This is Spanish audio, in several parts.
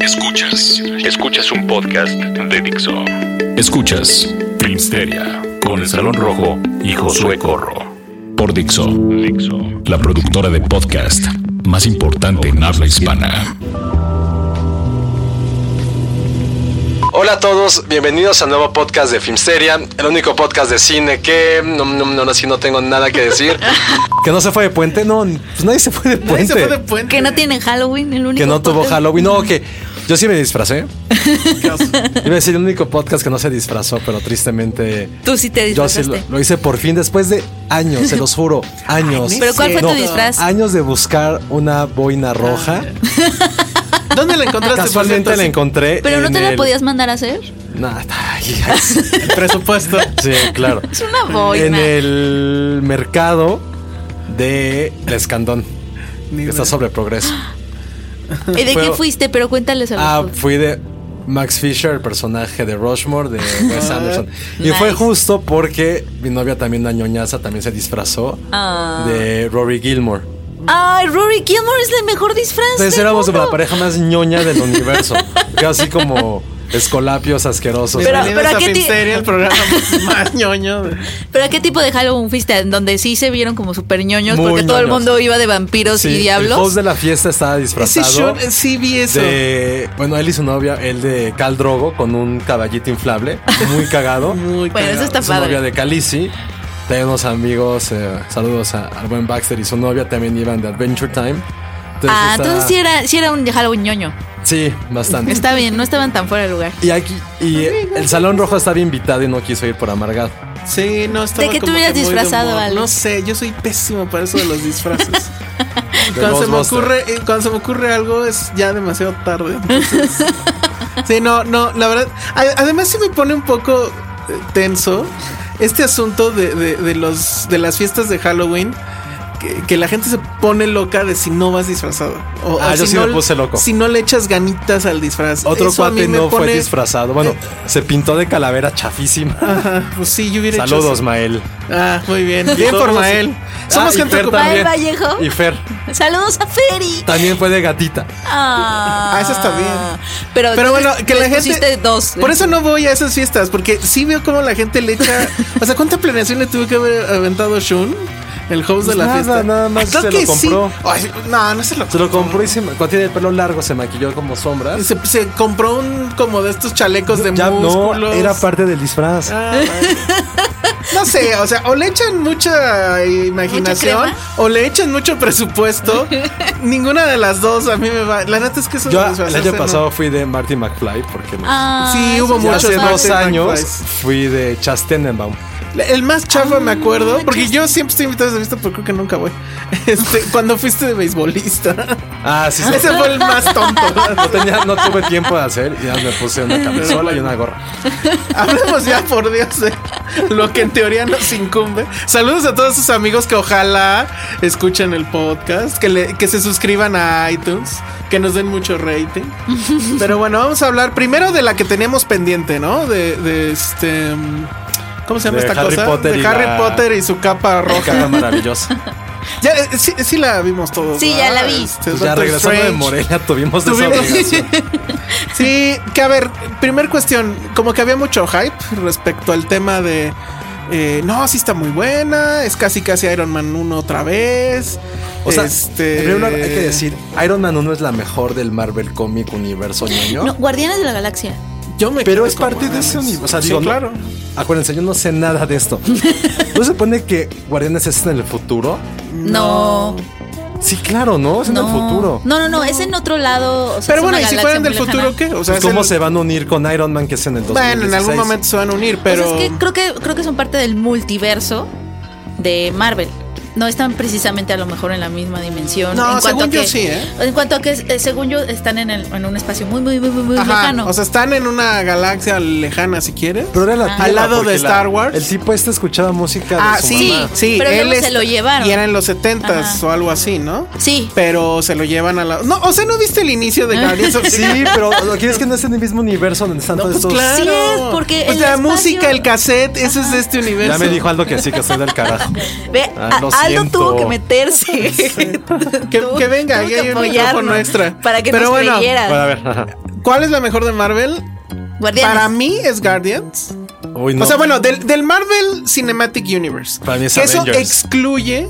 Escuchas, escuchas un podcast de Dixo. Escuchas Filmsteria con el Salón Rojo y Josué Corro. Por Dixo, Dixo, la productora de podcast más importante en habla hispana. Hola a todos, bienvenidos al nuevo podcast de Filmsteria, el único podcast de cine que no, no, no, ahora sí no tengo nada que decir. que no se fue de puente, no, pues nadie se fue de puente. se fue de puente. Que no tienen Halloween, el único. que no tuvo podcast. Halloween, no, que yo sí me disfracé. Iba a decir el único podcast que no se disfrazó, pero tristemente Tú sí te yo sí disfrazaste. lo, lo hice por fin después de años, se los juro, años. ¿Pero cuál fue tu disfraz? Años de buscar una boina roja. Ah. ¿Dónde la encontraste? Casualmente la encontré. Pero no en te la el- podías mandar a hacer. Nah, ay, ay, El presupuesto. sí, claro. Es una boina. en el mercado de El Escandón. Ni que está idea. sobre progreso. Ah, ¿Y de fue- qué fuiste? Pero cuéntales a Ah, los- fui de Max Fisher, el personaje de Rushmore, de Wes Anderson. Y Ah, Nice. fue justo porque mi novia también, una ñoñaza, también se disfrazó Ah. de Rory Gilmore. Ay, Rory Gilmore es el mejor disfraz. Entonces del Pues éramos Este mundo. la pareja más ñoña del universo. Casi como escolapios asquerosos. Pero- Bienvenidos pero a ¿qué ti- Filmsteria, el programa más ñoño. de- Pero ¿a qué tipo de Halloween fuiste? En donde sí se vieron como super ñoños Muy porque todo el ñoños. mundo iba de vampiros Sí, y El host diablos. de la fiesta estaba Ese disfrazado. short, eh, sí vi eso. de bueno él y su novia él de Cal Drogo con un caballito inflable muy cagado Muy Bueno, eso cagado. está su novia padre. de Calici tenía unos amigos eh, saludos a, al buen Baxter y su novia también iban de Adventure Time entonces Ah, está- entonces sí era, sí era un Halloween ñoño. sí bastante Está bien, no estaban tan fuera de lugar. y aquí y el Salón Rojo estaba invitado y no quiso ir por amargado Sí, no, estaba ¿De qué te como hubieras que muy de disfrazado, humor. Ale? No sé, yo soy pésimo para eso de los disfraces. De cuando, se me Ghostbuster. ocurre, eh, cuando se me ocurre algo es ya demasiado tarde. entonces- sí, no, no, la verdad. a- Además sí me pone un poco eh, tenso este asunto de, de- de los, de las fiestas de Halloween. Que, que la gente se pone loca de si no vas disfrazado. O, Ah, o yo si sí me no- puse loco. Si no le echas ganitas al disfraz. otro Eso a mí cuate me no pone- fue disfrazado bueno se pintó de calavera chafísima Ajá, pues sí, yo hubiera hecho saludos Mael eso. Ah, muy bien. Bien por Mael. Ah, Somos y gente Fer ocupada. también. Bye, Vallejo. y Fer Saludos a Ferry. también fue de gatita Ah, Ah, eso está bien. Pero, Pero bueno, que la les gente. pusiste dos. ¿eh? Por eso no voy a esas fiestas, porque sí veo cómo la gente le echa. o sea, ¿cuánta planeación le tuvo que haber aventado Shun, el host de la Pues Nada, fiesta? nada más Creo se lo que sí. compró. Ay, no, no se lo Se lo compró y se, cuando tiene el pelo largo se maquilló como sombra. Se, se compró un como de estos chalecos de Ya músculos. no, era parte del disfraz. Ah, vale. No sé, o sea, o le echan mucha imaginación ¿Mucha crema? o le echan mucho presupuesto. Ninguna de las dos a mí me va. La neta es que eso Yo de el disfrazarse año no. pasado fui de Marty McFly porque me- Ah, Sí, eso hubo está muchos hace padre. dos Marty años McFly. fui de Chas Tenenbaum. El más chafa me acuerdo, porque yo siempre estoy invitado a esa fiesta, pero creo que nunca voy. Este, cuando fuiste de beisbolista. Ah, sí, sí. Ese fue el más tonto. No, tenía, no tuve tiempo de hacer y ya me puse una camisola y una gorra. Hablemos ya, por Dios, de lo que en teoría nos incumbe. Saludos a todos sus amigos que ojalá escuchen el podcast, que, le- que se suscriban a iTunes, que nos den mucho rating. Pero bueno, vamos a hablar primero de la que teníamos pendiente, ¿no? De, de este. ¿Cómo se llama De esta Harry cosa? Potter y de Harry la- Potter y su capa roja. Cara maravillosa. Ya, eh, sí, sí la vimos todos. Sí, ya la vi. Este, Pues ya Doctor regresando de Strange. Morelia tuvimos, Tuvimos- esa obligación. Sí, que a ver, primer cuestión, como que había mucho hype respecto al tema de eh, no, sí está muy buena, es casi casi Iron Man 1 otra vez. O sea, Este- en primer lugar, hay que decir, Iron Man 1 es la mejor del Marvel Comic Universo ñoño. No, Guardianes de la Galaxia. Yo me Pero quedo es con parte de Guardianes. ese universo. O sea, Sí, digo, no- claro. acuérdense, yo no sé nada de esto. ¿No se supone que Guardianes es en el futuro? No. Sí, claro, ¿no? Es en no. el futuro. No, no, no, es en otro lado. o sea, Pero es bueno, una ¿y si galaxia fueran muy del lejana. futuro qué? O sea, Pues, es ¿Cómo el- se van a unir con Iron Man que es en el 2016? Bueno, en algún momento se van a unir, Pero... pero. Pues es que creo que creo que son parte del multiverso de Marvel. No están precisamente a lo mejor en la misma dimensión. No, en cuanto según a yo que- sí, ¿eh? En cuanto a que, eh, según yo, están en, el- en un espacio muy, muy, muy, muy, muy Ajá, lejano. O sea, están en una galaxia lejana, si quieres. Pero era la Ah. tía, Al lado porque de la- Star Wars. El tipo este escuchaba música de Ah, su sí, mamá. sí. Pero luego se es- lo llevaron. Y era en los 70s Ajá. o algo así, ¿no? sí. Pero se lo llevan a la. No, o sea, ¿no viste el inicio de Guardians of the Sí, pero lo que es que no es en el mismo universo donde están No, todos pues estos. claro. Sí es, porque Pues el la espacio- música, el cassette, eso es de este universo. Ya me dijo Aldo que sí, que soy del carajo. Ve, Ah, a- lo Aldo siento. tuvo que meterse. Que, Tuvo- que venga, tuvo aquí que hay un apoyarnos micrófono extra. Para que Pero nos bueno, creyeras. Bueno, a ver. ajá. ¿Cuál es la mejor de Marvel? Guardianes. Para mí es Guardians. Uy, no. O sea, bueno, del, del Marvel Cinematic Universe. Para mí es que eso Avengers. excluye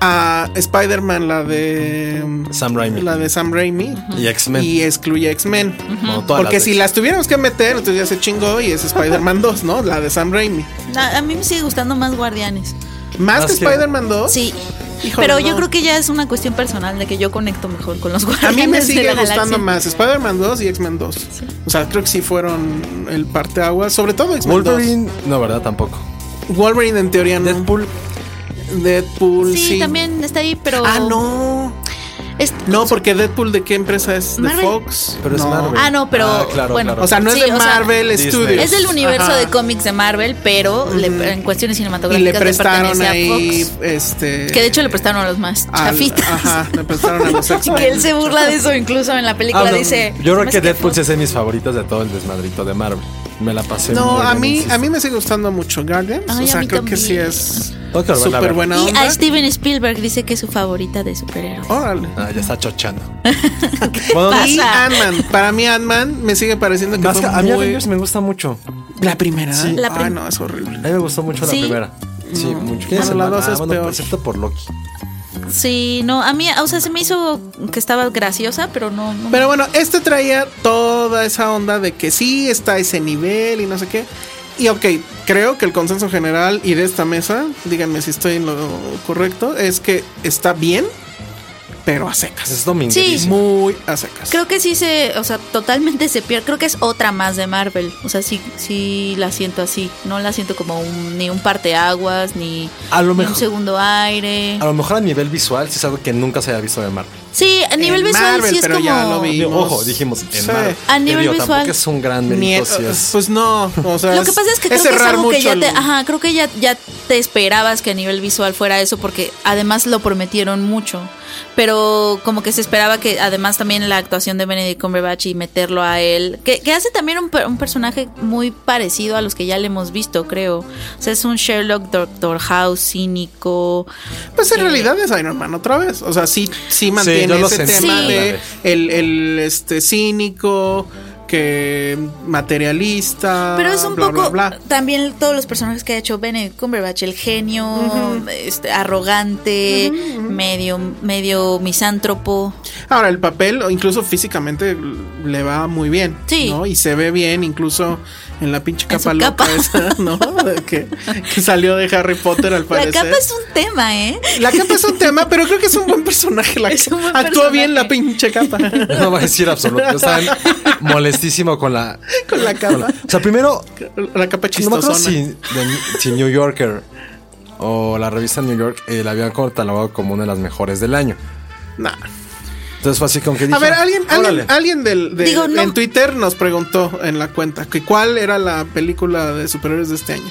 a Spider-Man, la de. Sam Raimi. La de Sam Raimi. Y X-Men. Y excluye a X-Men. No, todas Porque las si de- las tuviéramos que meter, entonces ya se chingó y es Spider-Man 2, ¿no? La de Sam Raimi. No, a mí me sigue gustando más Guardianes. Más Más que que- Spider-Man 2. Sí. Híjole, Pero no. yo creo que ya es una cuestión personal de que yo conecto mejor con los A Guardianes. mí me de sigue la Galaxia. gustando más Spider-Man 2 y X-Men 2. O sea, creo que sí fueron el parteaguas. Sobre todo X-Men 2. Wolverine, no, ¿verdad? Tampoco. Wolverine en teoría no. Deadpool. Deadpool, sí. Sí, también está ahí, pero. Ah, no. Es- No, porque Deadpool de qué empresa es? De Marvel. Fox. Pero es No. Marvel. Ah, no, pero. Ah, claro, bueno. claro. O sea, no es Sí, de o sea, Marvel Disney. Studios. Es del universo Ajá. de cómics de Marvel, pero le- en cuestiones Y cinematográficas le prestaron pertenece a ahí. Fox, Este. que de hecho le prestaron a los más al- chafitas. Ajá, le prestaron a los Y X-Men. que él se burla de eso incluso en la película Ah, no, dice yo creo "Se me que hace Deadpool Fox". es de mis favoritas de todo el desmadrito de Marvel. Me la pasé No, muy a bien, mí, insisto. a mí me sigue gustando mucho Guardians. Ay, o a sea, mí creo que también. sí es Tengo que volverla a súper ver. buena y onda. a Steven Spielberg dice que es su favorita de superhéroes Órale. Ah, ya está chochando. Bueno, Y pasa? Ant-Man. Para mí, Ant-Man me sigue pareciendo que más que- fue a mí muy... Avengers me gusta mucho. La primera. Sí. La Ay, prim- no, es horrible. A mí me gustó mucho Sí. la primera. Sí, mucho. Bueno, la dos Ah, es bueno, peor. Excepto por Loki. sí no a mí o sea se me hizo que estaba graciosa pero no, no- Pero bueno, este traía toda esa onda de que sí está ese nivel y no sé qué. Y ok, creo que el consenso general y de esta mesa, díganme si estoy en lo correcto, es que está bien, pero a secas. Es domingo. Sí. Muy a secas. creo que sí se o sea totalmente se pierde creo que es otra más de Marvel o sea sí sí la siento así no la siento como un- ni un parteaguas ni A lo ni mejor- un segundo aire A lo mejor a nivel visual sí es algo que nunca se haya visto de Marvel. sí a nivel En visual Marvel, sí es pero como ya lo vi. Digo, Vimos- ojo, dijimos en Sí. Marvel. A Que nivel digo, visual, Tampoco es un gran Ni- mérito. sí es- Pues no, o sea, Lo que pasa es que creo que es cerrar algo que mucho ya te, el- ajá, creo que ya, ya te esperabas que a nivel visual fuera eso, porque además lo prometieron mucho. Pero como que se esperaba que además también la actuación de Benedict Cumberbatch y meterlo a él, que, que hace también un, per- un personaje muy parecido a los que ya le hemos visto, creo. O sea, es un Sherlock Doctor House cínico. Pues en Eh, realidad es Iron Man otra vez. O sea, sí, sí mantiene yo lo ese sentí. tema Sí. de el, el, este cínico, que materialista. Pero es un Ah, bla, poco bla, bla. también todos los personajes que ha hecho Benedict Cumberbatch, el genio, este, arrogante, medio, medio misántropo. Ahora, el papel, o incluso físicamente, le va muy bien. Sí. ¿no? Y se ve bien, incluso en la pinche En su capa loca capa. esa, ¿no? De Que, que salió de Harry Potter al La parecer. capa es un tema, ¿eh? La capa es un tema, pero creo que es un buen personaje. La Es un buen Actúa bien personaje. la pinche capa. No va a decir absoluto. Estaba molestísimo con la. Con la con la- capa. O sea, primero, La capa no me acuerdo chistosona. si, de- si New Yorker o la revista New York eh, la habían catalogado como una de las mejores del año. Nah. Entonces fue así como que dije. A ver, alguien, órale. alguien, alguien del, de- Digo, no. en Twitter nos preguntó en la cuenta que cuál era la película de superhéroes de este año.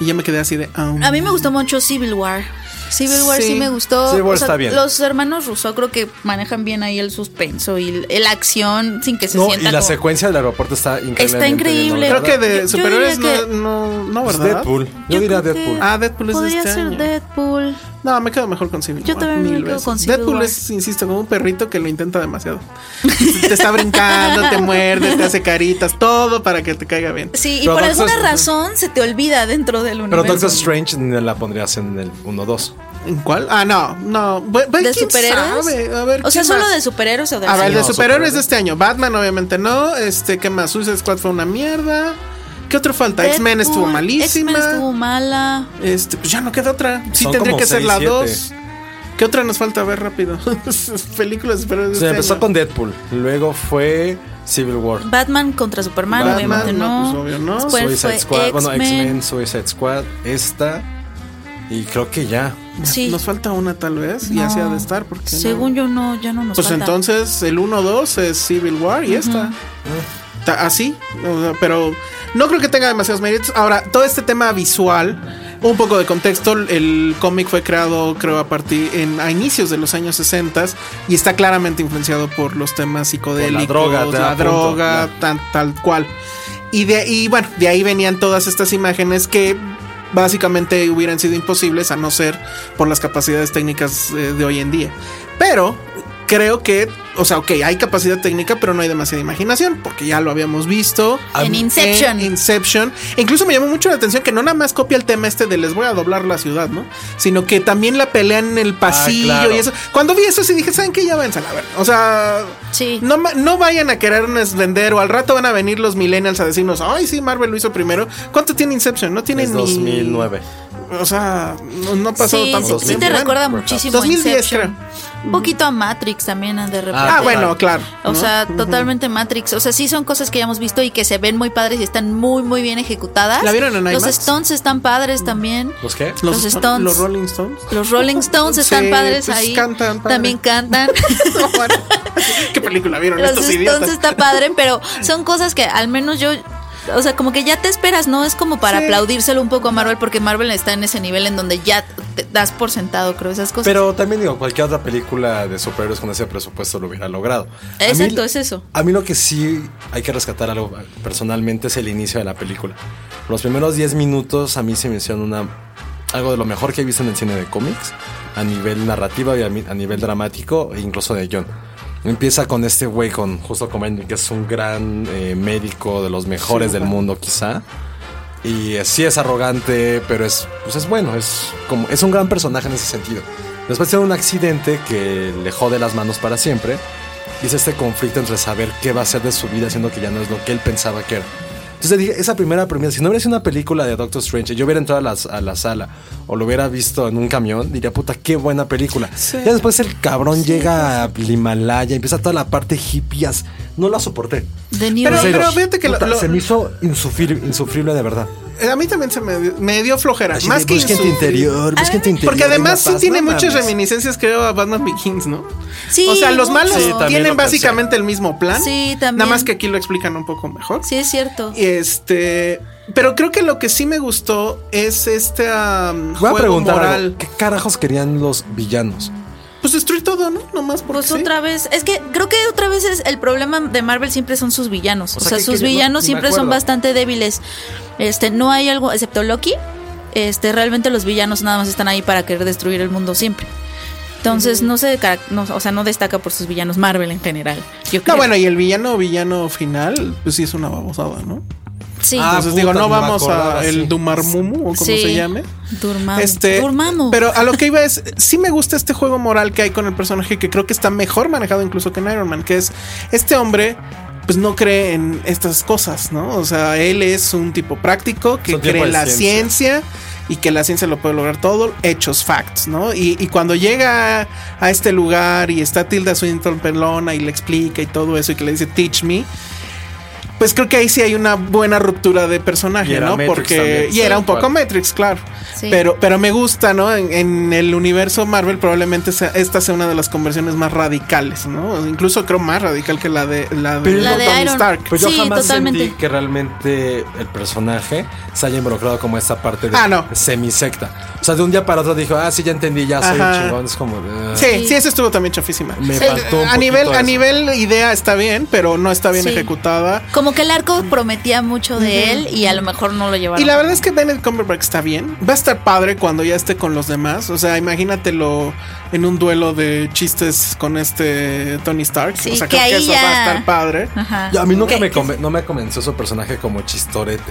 Y yo me quedé así de. ah, A mí me gustó mucho Civil War. Civil War sí, Sí. me gustó. Civil War está bien. Los hermanos Russo creo que manejan bien ahí el suspenso y la acción sin que se No, y sienta la como- secuencia del aeropuerto está increíble. Está increíble. Creo que de Yo- yo superhéroes diría que- no, no, no, Pues ¿verdad? Deadpool. Yo, Yo diría creo que- Deadpool. Ah, Deadpool es de Podría este ser año. Deadpool. No, me quedo mejor con Civil Yo War, también me mil quedo veces. con Civil Deadpool War. es, insisto, como un perrito que lo intenta demasiado. te está brincando, te muerde, te hace caritas, todo para que te caiga bien. Sí, y Pero por Doctor alguna Strange- razón se te olvida dentro del Pero universo. Doctor Strange no la pondrías en el 1-2. ¿En cuál? Ah, no, no. Bu- bu- ¿De ¿quién superhéroes? sabe? A ver, o sea, ¿quién solo más? de superhéroes o de A ver, Sí, de no, superhéroes de este año. Batman, obviamente no. Este, ¿qué más? Suicide Squad fue una mierda. ¿Qué otro falta? X-Men Deadpool, estuvo malísima. X-Men estuvo mala. Este, pues ya no queda otra. Sí, Son tendría como que ser seis, la siete. 2. ¿Qué otra nos falta? A ver, rápido. Películas de superhéroes de Se este empezó año. con Deadpool, luego fue Civil War, Batman contra Superman, Batman, obviamente no, no. pues, obvio, no. Después Suicide fue Squad, bueno, X-Men. X-Men, Suicide Squad, esta y creo que ya. Sí. Nos falta una tal vez. Y No. así ha de estar. Porque no- Según yo, no, ya no nos Pues falta. entonces el 1-2 es Civil War y esta. Ta- Así, o sea, pero no creo que tenga demasiados méritos. Ahora, todo este tema visual, un poco de contexto, el cómic fue creado creo a partir en, a inicios de los años 60 y está claramente influenciado por los temas psicodélicos, droga, te da la punto, droga, ya. tan- tal cual. Y, de, y bueno, de ahí venían todas estas imágenes que básicamente hubieran sido imposibles a no ser por las capacidades técnicas eh, de hoy en día. Pero creo que, o sea, ok, hay capacidad técnica, pero no hay demasiada imaginación, porque ya lo habíamos visto. En Inception. En Inception. E incluso me llamó mucho la atención que no nada más copia el tema este de les voy a doblar la ciudad, ¿no? Sino que también la pelean en el pasillo claro. y eso. Cuando vi eso sí dije, ¿saben qué? Ya van a ver. O sea, Sí. no, ma- no vayan a querernos vender o al rato van a venir los millennials a decirnos, ay, sí, Marvel lo hizo primero. ¿Cuánto tiene Inception? No tiene Es ni... 2009. O sea, no, no ha pasado sí, tanto sí, sí tiempo. te Bueno, recuerda muchísimo 2010 Inception. Un poquito a Matrix también de repente. Ah, bueno, claro. O ¿no? sea, totalmente Matrix. O sea, sí son cosas que ya hemos visto y que se ven muy padres y están muy, muy bien ejecutadas. ¿La vieron en Los IMAX? Stones están padres también. ¿Los qué? Los Stone- Stones. Los Rolling Stones. Los Rolling Stones están Sí, padres pues, ahí. cantan padre. También cantan. No, bueno. ¿Qué película vieron Los estos Stones idiotas? está padre, pero son cosas que al menos yo. O sea, como que ya te esperas, ¿no? Es como para Sí. aplaudírselo un poco a Marvel, porque Marvel está en ese nivel en donde ya te das por sentado, creo, esas cosas. Pero también digo, cualquier otra película de superhéroes con ese presupuesto lo hubiera logrado. A mí- Exacto, es eso. A mí lo que sí hay que rescatar algo personalmente es el inicio de la película. Los primeros 10 minutos a mí se me hicieron una, algo de lo mejor que he visto en el cine de cómics, a nivel narrativa y a, mi- a nivel dramático e incluso de John. Empieza con este güey, con justo con Mandy, que es un gran eh, médico de los mejores del mundo quizá. Y eh, sí es arrogante, pero es, pues es bueno, es, como, es un gran personaje en ese sentido. Después tiene un accidente que le jode las manos para siempre. Y es este conflicto entre saber qué va a hacer de su vida, siendo que ya no es lo que él pensaba que era. Entonces dije, esa primera premisa, si no hubiera sido una película de Doctor Strange, y yo hubiera entrado a la, a la sala o lo hubiera visto en un camión, diría, puta, qué buena película. Ya después el cabrón llega al Himalaya, empieza toda la parte hippias. No la soporté. De New Pero- En serio, pero fíjate que lo- puta, lo- se me hizo insufrir- insufrible de verdad. Eh, A mí también se me, dio- me dio flojera. Así más de, que busca en tu insufrible. interior, busca en tu interior. Porque además una sí paz, tiene no muchas mames. reminiscencias, creo, a Batman Begins, ¿no? Sí, o sea, los mucho. malos Sí, también lo tienen pensé. básicamente el mismo plan. Sí, también. Nada más que aquí lo explican un poco mejor. Sí, es cierto. Y Este, pero creo que lo que sí me gustó es este um, Voy a juego preguntar, algo, moral. ¿qué carajos querían los villanos? Pues destruir todo, ¿no? Nomás porque Pues sí. otra vez, es que creo que otra vez es el problema de Marvel siempre son sus villanos. O sea, sea, que- sus que yo no- villanos me siempre son acuerdo. bastante débiles. Este, no hay algo, excepto Loki. Este, realmente los villanos nada más están ahí para querer destruir el mundo siempre. Entonces, no se cara- no, o sea, no destaca por sus villanos Marvel en general. Yo creo. No, bueno, y el villano villano final, pues sí es una babosada, ¿no? sí. Ah, Entonces puta, digo, no no me vamos acordaba, a sí. el Dumarmumu o como Sí. se llame. Dormammu. Este, Dormammu. Pero a lo que iba es, sí me gusta este juego moral que hay con el personaje que creo que está mejor manejado incluso que en Iron Man, que es este hombre pues no cree en estas cosas, ¿no? O sea, él es un tipo práctico que Es un tipo cree de en la ciencia. ciencia. y que la ciencia lo puede lograr todo, hechos, facts, ¿no? Y, y cuando llega a este lugar y está Tilda Swinton pelona y le explica y todo eso y que le dice teach me, pues creo que ahí sí hay una buena ruptura de Y personaje, era ¿no? Matrix Porque también. y era Sí. un poco Matrix, claro. Sí. Pero pero me gusta, ¿no? En, en el universo Marvel probablemente sea- esta sea una de las conversiones más radicales, ¿no? Incluso creo más radical que la de la de, La de Tony Iron- Stark. Pero Pues yo Sí, jamás totalmente. sentí que realmente el personaje se haya involucrado como esta parte de Ah, no. semisecta. O sea, de un día para otro dijo, ah, sí, ya entendí, ya soy Ajá. chingón. Es como. eh, Sí, sí, eso estuvo también chafísima. Me Eh, faltó un a poquito nivel, a eso. nivel idea está bien, pero no está bien Sí. ejecutada. Como Como que el arco prometía mucho de él y a lo mejor no lo llevaron. Y la verdad es que Benedict Cumberbatch está bien. Va a estar padre cuando ya esté con los demás. O sea, imagínatelo en un duelo de chistes con este Tony Stark. Sí, o sea, que creo que ahí eso ya- va a estar padre. Ajá. Yo- a mí nunca Ok. me, conven- no me convenció su personaje como chistorete.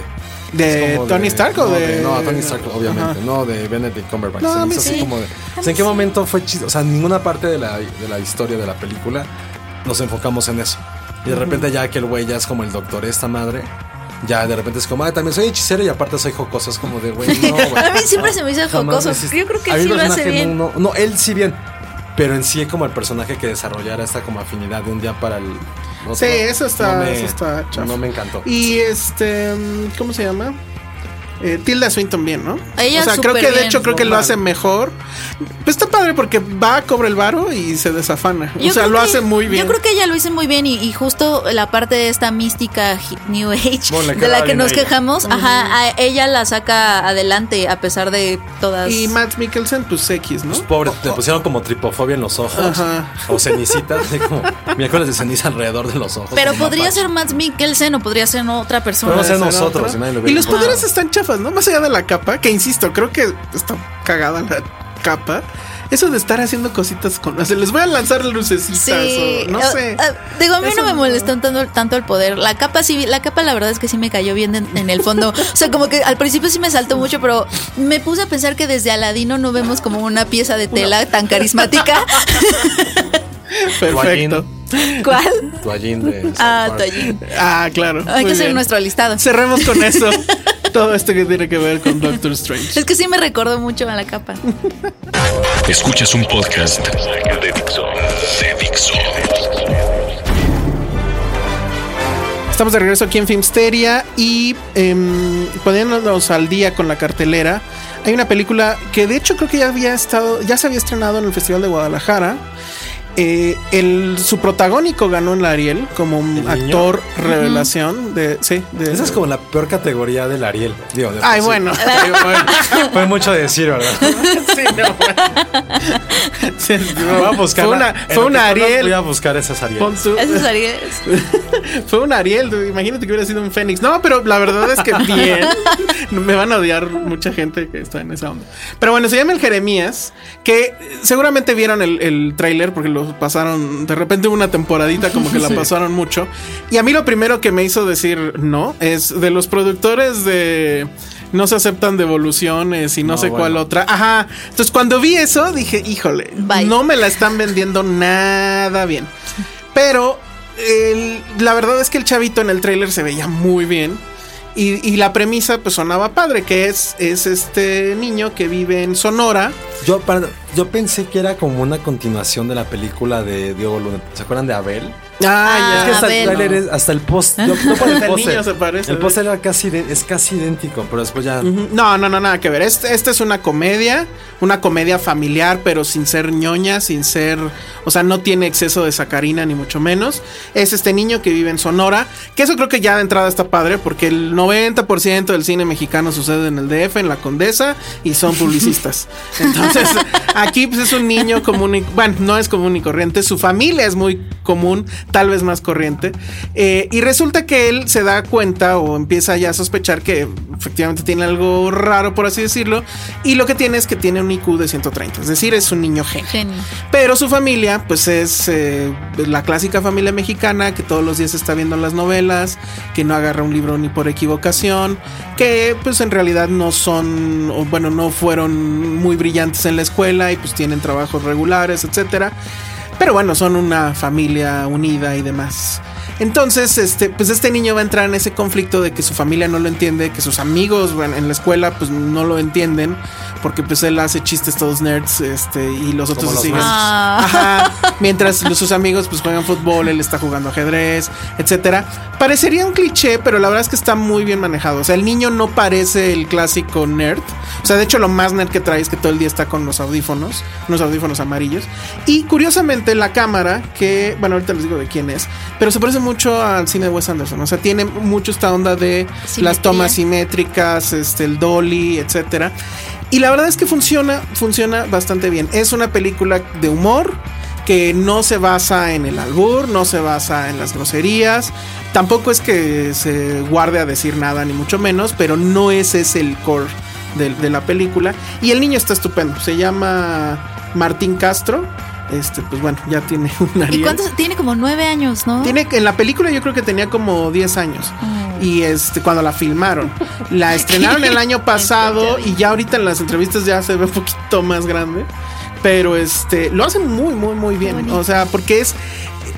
Es ¿De como Eh, Tony Stark o no, de.? No, Tony Stark, obviamente. Ajá. No, de Benedict Cumberbatch. No, Se me a mí hizo así sí. como de- o sea, ¿En qué momento fue chido? O sea, en ninguna parte de la, de la historia de la película nos enfocamos en eso. Y de repente ya que el güey ya es como el doctor esta madre. Ya de repente es como, ah, también soy hechicero y aparte soy jocoso. Es como de, güey, no, güey. A mí siempre se me hizo Jamás jocoso. lo hiciste. Yo creo que A mí sí el lo hace personaje bien. No, no- no, él sí bien. Pero en sí como el personaje que desarrollara esta como afinidad de un día para el otro. Sí, eso está- No me, eso está chafa. No me encantó. Y este. mm, ¿Cómo se llama? Eh, Tilda Swinton bien, ¿no? Ella o sea, súper creo que de bien. hecho creo que lo Normal. hace mejor. Pues está padre porque va, cobra el varo y se desafana. Yo o sea, creo lo que- hace muy bien. Yo creo que ella lo hizo muy bien y, y justo la parte de esta mística hi- New Age Bueno, le de quedaba la que bien nos a ella. quejamos, ajá, a ella la saca adelante a pesar de todas. Y Matt Mikkelsen, pues X, ¿no? Los pobres te pusieron como tripofobia en los ojos. oh. Ajá. O cenicitas, así como miércoles de ceniza alrededor de los ojos. Pero como podría mapache. ser Matt Mikkelsen o podría ser otra persona. Podemos ser Esa era nosotros, otra. si nadie lo y hubiera los encontrado. poderes están chafas, ¿no? Más allá de la capa, que insisto, creo que está cagada la capa. Eso de estar haciendo cositas con... O sea, les voy a lanzar lucecitas Sí, o no ah, sé. ah, digo, a mí Eso no me no. molestó tanto, tanto el poder. La capa sí, la capa la verdad es que sí me cayó bien en, en el fondo. O sea, como que al principio sí me saltó mucho, pero me puse a pensar que desde Aladino no vemos como una pieza de tela tan carismática. Perfecto. ¿Cuál? Toallín de. Ah, South Park. Toyin. Ah, claro. Hay Muy que hacer bien. nuestro listado. Cerremos con eso. Todo esto que tiene que ver con Doctor Strange. Es que sí me recordó mucho a la capa. Escuchas un podcast de Dixo. De Dixo. Estamos de regreso aquí en Filmsteria y em, poniéndonos al día con la cartelera. Hay una película que de hecho creo que ya había estado, ya se había estrenado en el Festival de Guadalajara. Eh, el, su protagónico ganó en la Ariel como un ¿El niño? actor revelación de. Sí, de. Esa es como la peor categoría del Ariel. Digo, de- Ay, sí. bueno. Digo, bueno, Fue mucho decir, ¿verdad? Sí, no, bueno. Sí, no, Voy a buscar. Fue una, fue una Voy Ariel. a buscar esas Ariel. Pon su- Eso sería. Fue un Ariel, dude. imagínate que hubiera sido un Fénix. No, pero la verdad es que bien. Me van a odiar mucha gente que está en esa onda. Pero bueno, se llama el Jeremías, que eh, seguramente vieron el, el tráiler porque lo pasaron, de repente hubo una temporadita como que la pasaron mucho. Y a mí lo primero que me hizo decir no es de los productores de... No se aceptan devoluciones y no, No, sé cuál bueno. otra. Ajá. Entonces cuando vi eso dije, híjole, Bye. no me la están vendiendo nada bien. Pero el- la verdad es que el chavito en el tráiler se veía muy bien. Y, y la premisa pues sonaba padre, que es, es este niño que vive en Sonora. Yo, para- yo pensé que era como una continuación de la película de Diego Luna. ¿Se acuerdan de Abel? Ah, Es que hasta el Abel. Ah. tráiler es- hasta el post. yo- no por el Hasta el póster. niño se parece, El ¿no? póster era casi ide- es casi idéntico, pero después ya. Ujú. No, no, no, nada que ver. Este- Esta es una comedia, una comedia familiar, pero sin ser ñoña, sin ser. O sea, no tiene exceso de sacarina, ni mucho menos. Es este niño que vive en Sonora, que eso creo que ya de entrada está padre, porque el 90% del cine mexicano sucede en el DF, en la Condesa, y son publicistas. Entonces, aquí pues, es un niño común. y- bueno, no es común y corriente. Su familia es muy común, tal vez más corriente. Eh, y resulta que él se da cuenta o empieza ya a sospechar que efectivamente tiene algo raro, por así decirlo. Y lo que tiene es que tiene un IQ de 130. Es decir, es un niño genio. Genio. Pero su familia, pues es eh, la clásica familia mexicana que todos los días está viendo las novelas, que no agarra un libro ni por equivocación, que pues en realidad no son, o bueno, no fueron muy brillantes en la escuela y pues tienen trabajos regulares, etcétera. Pero bueno, son una familia unida y demás. Entonces, este, pues este niño va a entrar en ese conflicto de que su familia no lo entiende, que sus amigos bueno, en la escuela pues no lo entienden, porque pues él hace chistes todos nerds, este, y los otros Como se los siguen. nuestros. Ah. Ajá. Mientras los- sus amigos pues juegan fútbol, él está jugando ajedrez, etcétera. Parecería un cliché, pero la verdad es que está muy bien manejado. O sea, el niño no parece el clásico nerd. O sea, de hecho lo más nerd que trae es que todo el día está con los audífonos, unos audífonos amarillos. Y curiosamente la cámara, que bueno, ahorita les digo de quién es, pero se parece mucho al cine de Wes Anderson. O sea, tiene mucho esta onda de las Simetría. tomas simétricas, este, el dolly, etcétera. Y la verdad es que funciona, funciona bastante bien. Es una película de humor que no se basa en el albur, no se basa en las groserías, tampoco es que se guarde a decir nada, ni mucho menos, pero no ese es el core del- de, la película. Y el niño está estupendo, se llama Martín Castro, este, pues bueno, ya tiene una ¿Y cuántos? Tiene como nueve años, ¿no? tiene en la película yo creo que tenía como 10 años. Mm. Y este cuando la filmaron, la estrenaron el año pasado y ya ahorita en las entrevistas ya se ve un poquito más grande, pero este lo hacen muy muy muy bien, o sea, porque es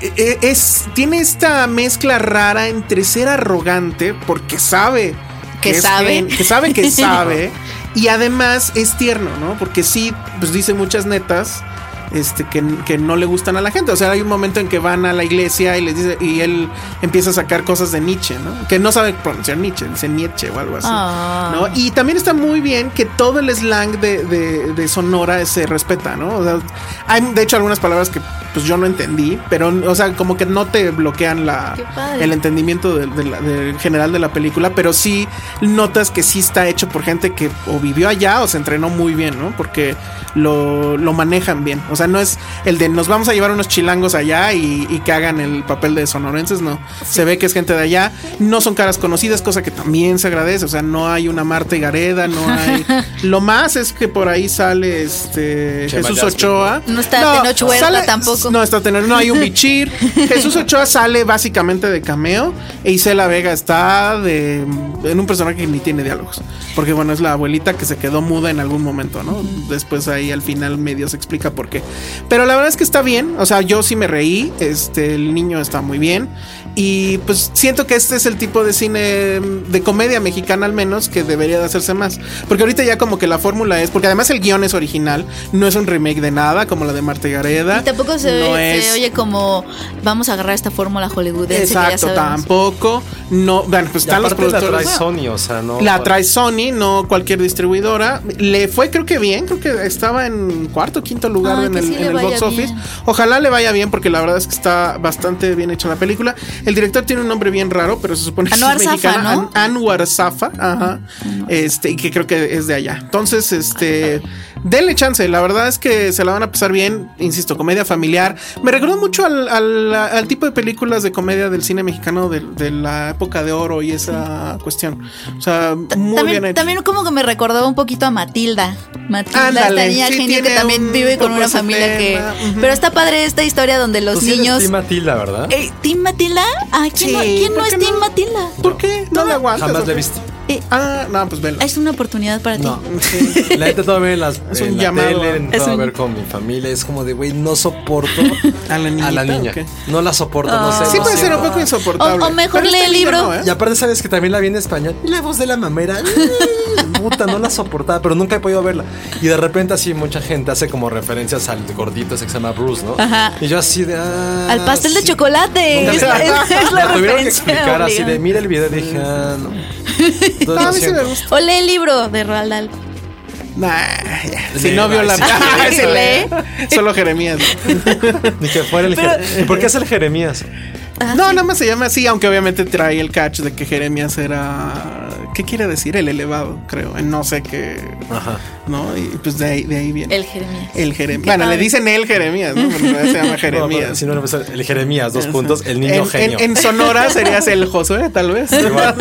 e- es tiene esta mezcla rara entre ser arrogante porque sabe Que es sabe. gen- que sabe que sabe y además es tierno, ¿no? Porque sí pues dice muchas netas este, que, que no le gustan a la gente. O sea, hay un momento en que van a la iglesia y les dice, y él empieza a sacar cosas de Nietzsche, ¿no? Que no sabe pronunciar Nietzsche, dice Nietzsche o algo así. Ah. ¿no? Y también está muy bien que todo el slang de, de- de Sonora se respeta, ¿no? O sea, hay de hecho algunas palabras que pues yo no entendí, pero o sea, como que no te bloquean la, Qué padre. el entendimiento de- de la- del general de la película, pero sí notas que sí está hecho por gente que o vivió allá o se entrenó muy bien, ¿no? Porque lo, lo manejan bien. O sea, no es el de nos vamos a llevar unos chilangos allá y, y que hagan el papel de sonorenses, no. Se ve que es gente de allá. No son caras conocidas, cosa que también se agradece. O sea, no hay una Marta Gareda, no hay. lo más es que por ahí sale este Chema Jesús Jasmine. Ochoa. No está Tenoch Huerta tampoco. No está Tenoch, no hay un bichir. Jesús Ochoa sale básicamente de cameo e Isela Vega está de, en un personaje que ni tiene diálogos. Porque bueno, es la abuelita que se quedó muda en algún momento, ¿no? Después ahí al final medio se explica por qué. Pero la verdad es que está bien, o sea, yo sí me reí, este, el niño está muy bien y pues siento que este es el tipo de cine de comedia mexicana al menos que debería de hacerse más. Porque ahorita ya como que la fórmula es, porque además el guión es original, no es un remake de nada como la de Marta Gareda. Y tampoco se, no ve- se es- oye como vamos a agarrar esta fórmula hollywoodense Exacto, que ya sabemos. tampoco. No, bueno, pues Y están los aparte la trae productores. Sony, o sea, no. La trae Sony, no cualquier distribuidora. Le fue, creo que bien, creo que estaba en cuarto, quinto lugar Ay, en que el, sí en le el vaya box office. bien. Ojalá le vaya bien, porque la verdad es que está bastante bien hecha la película. El director tiene un nombre bien raro, pero se supone que Anwar es Safa, mexicano. ¿no? An- Anwar Safa, ajá. Este, y que creo que es de allá. Entonces, este. Denle chance, la verdad es que se la van a pasar bien, insisto, comedia familiar. Me recordó mucho al, al- al tipo de películas de comedia del cine mexicano de, de la época de oro y esa cuestión. O sea, muy también, bien hecho. también como que me recordaba un poquito a Matilda. Matilda, Ándale, esta niña sí, genio que tiene también un vive con poco una ese familia que. tema, ujú. Pues Pero está padre esta historia donde los Tú Pues sí eres niños. Team Matilda, ¿verdad? Eh, ¿Team Matilda? Ay, ¿quién, Sí, no, quién no ¿por es qué Team no? Matilda? ¿Por qué? No, la aguantas. Jamás ¿o la he qué? visto. Eh, Ah, no, pues vela. es una oportunidad para No. ti. La gente todavía en las Es en un la llamado. tele, en Es todo un- ver con mi familia. Es como de, güey, no soporto ¿A la niñita o niña. qué? No la soporto, no Ah. sé. Sí no puede ser siento. un poco insoportable. O- o mejor Pero lee este el niño libro. no, ¿eh? Y aparte sabes que también la vi en español. Y la voz de la mamera. eh, Puta, no la soportaba, pero nunca he podido verla. Y de repente así mucha gente hace como referencias al gordito ese que se llama Bruce, ¿no? Ajá. Y yo así de... ah, Al pastel de sí. chocolate. Nunca Es, me- es- es la Me tuvieron que referencia. explicar así de, obligada. mira el video, dije, ah, no. Entonces, Ah, lo a mí sí me siento. gusta. O lee el libro de Roald Dahl. Nah, ya. si Lee, no vio va, la sí. Ah, Sí, eso, lee. Solo Jeremías. Ni que fuera el Jeremías. ¿Y por qué es el Jeremías? Ah, No, nada más se llama así, aunque obviamente trae el catch de que Jeremías era. ¿Qué quiere decir? El elevado, creo. En no sé qué. Ajá. ¿No? Y pues de ahí, de ahí viene. El Jeremías. El Jeremías. Bueno, le padre. dicen el Jeremías, ¿no? Porque se llama No, pero Jeremías. si no le puse el Jeremías, dos puntos, el niño en, en- genio. en Sonora serías el Josué, tal vez. Igual.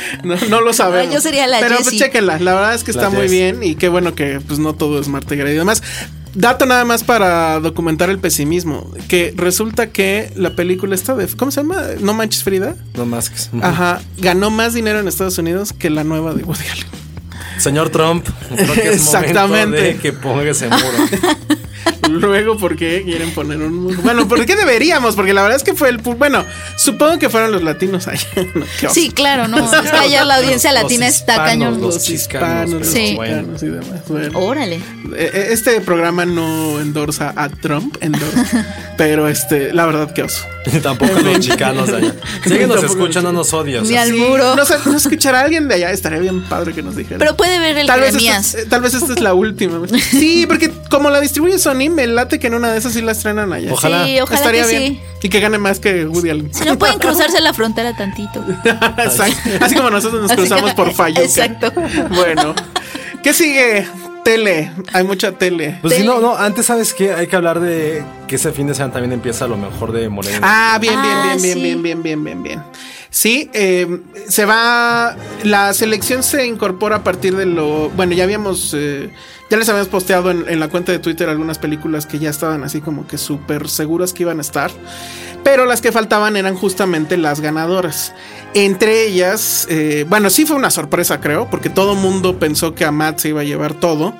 no, no lo sabemos. No, yo sería la Pero Jessie. pues chéquenla, la verdad es que La está muy Jess. bien y qué bueno que pues no todo es Marte Grey. Además, dato nada más para documentar el pesimismo, que resulta que la película está de ¿cómo se llama? No manches Frida. No más que... Ajá, ganó más dinero en Estados Unidos que la nueva de Woody Allen. Señor Trump, creo que es momento Exactamente. de que ponga ese muro. Luego, ¿por qué quieren poner un muro? Bueno, ¿por qué deberíamos? Porque la verdad es que fue el... pu- Bueno, supongo que fueron los latinos ahí. No, qué oso. Sí, claro, no. Es que allá la audiencia Los latina está hispanos, cañón. los- los chicanos, hispanos, los sí. chicanos y demás. Bueno. Órale. Eh, eh, Este programa no endorsa a Trump, endorsa, pero este, la verdad que oso. Y Tampoco los chicanos de allá. Si alguien nos escucha, no nos odias. Ni al muro. No sé, no escuchará a alguien de allá, estaría bien padre que nos dijera. Pero puede ver el tal vez, esta, Jeremías. eh, tal vez esta es la última. Sí, porque como la distribuye Sony, me late que en una de esas sí la estrenan allá. Ojalá. Sí, ojalá Estaría que bien. sí. Y que gane más que Woody Allen. Si no pueden cruzarse la frontera tantito. Exacto. Así como nosotros nos Así que- cruzamos por fallo. Exacto. Bueno, ¿qué sigue? tele, hay mucha tele. Pues si Tele. no, no, antes sabes que hay que hablar de que ese fin de semana también empieza lo mejor de Moreno. Ah, bien, bien, Ah, bien, bien, sí. bien, bien, bien, bien, bien. Sí, eh, se va. La selección se incorpora a partir de lo. Bueno, ya habíamos. eh, ya les habíamos posteado en, en la cuenta de Twitter algunas películas que ya estaban así como que súper seguras que iban a estar. Pero las que faltaban eran justamente las ganadoras. Entre ellas, eh, bueno, sí fue una sorpresa, creo, porque todo mundo pensó que Amat se iba a llevar todo.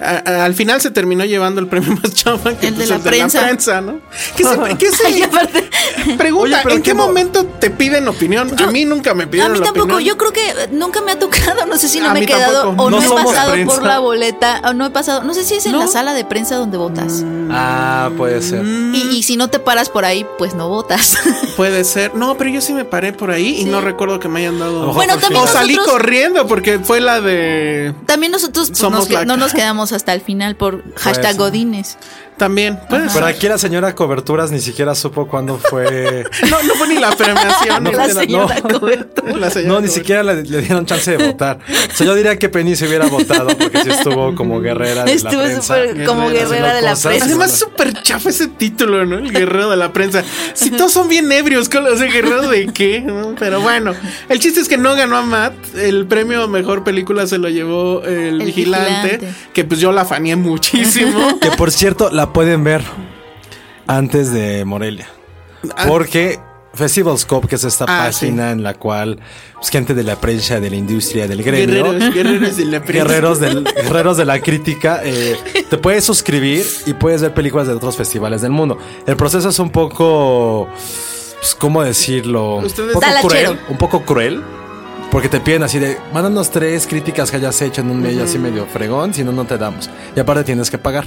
A- a- al final se terminó llevando el premio más chafa que El de pues, la prensa. prensa, ¿no? ¿Qué se, qué se- Ay, aparte, Pregunta, Oye, pero ¿en qué ¿qué mo- momento te piden opinión? a mí nunca me a pidieron mí la tampoco, opinión. yo creo que nunca me ha tocado, no sé si no A me he mí quedado tampoco. o no, No he somos pasado prensa. por la boleta, o no he pasado, no sé si es en No. la sala de prensa donde votas. Ah, puede ser. Y, y si no te paras por ahí, pues no votas. Puede ser. No, pero yo sí me paré por ahí y no recuerdo que me hayan dado. mejor bueno, por también o fin. nosotros, salí corriendo porque fue la de. también nosotros pues, Somos Pues, nos que- la- no nos quedamos hasta el final por hashtag sí. Godines. También. puede ser. Pero aquí la señora coberturas ni siquiera supo cuándo fue. No, no fue ni la premiación. No, ni la no. señora cobertura. la señora No, ni Roberta. siquiera le, le dieron chance de votar. O sea, yo diría que Penny se hubiera votado porque sí estuvo como guerrera de la Estuvo prensa. súper como Guerrera, guerrera haciendo de la cosas. prensa. Además, súper chafa ese título, ¿no? El guerrero de la prensa. Si todos son bien ebrios, ¿cuál es el guerrero de qué? ¿No? Pero bueno, el chiste es que no ganó a Matt. El premio a mejor película se lo llevó el, El vigilante, Vigilante. que pues yo la faneé muchísimo. Que por cierto, la pueden ver antes de Morelia. Porque Festivalscope, que es esta Ah, página en la cual pues, gente de la prensa, de la industria, del gremio, guerreros, guerreros de la prensa. guerreros, del- guerreros de la crítica, eh, te puedes suscribir y puedes ver películas de otros festivales del mundo. El proceso es un poco, pues, ¿cómo decirlo? Un Ustedes- poco Talachero. cruel, un poco cruel. Porque te piden así de, mándanos tres críticas que hayas hecho en un medio así medio fregón, si no, no te damos. Y aparte tienes que pagar.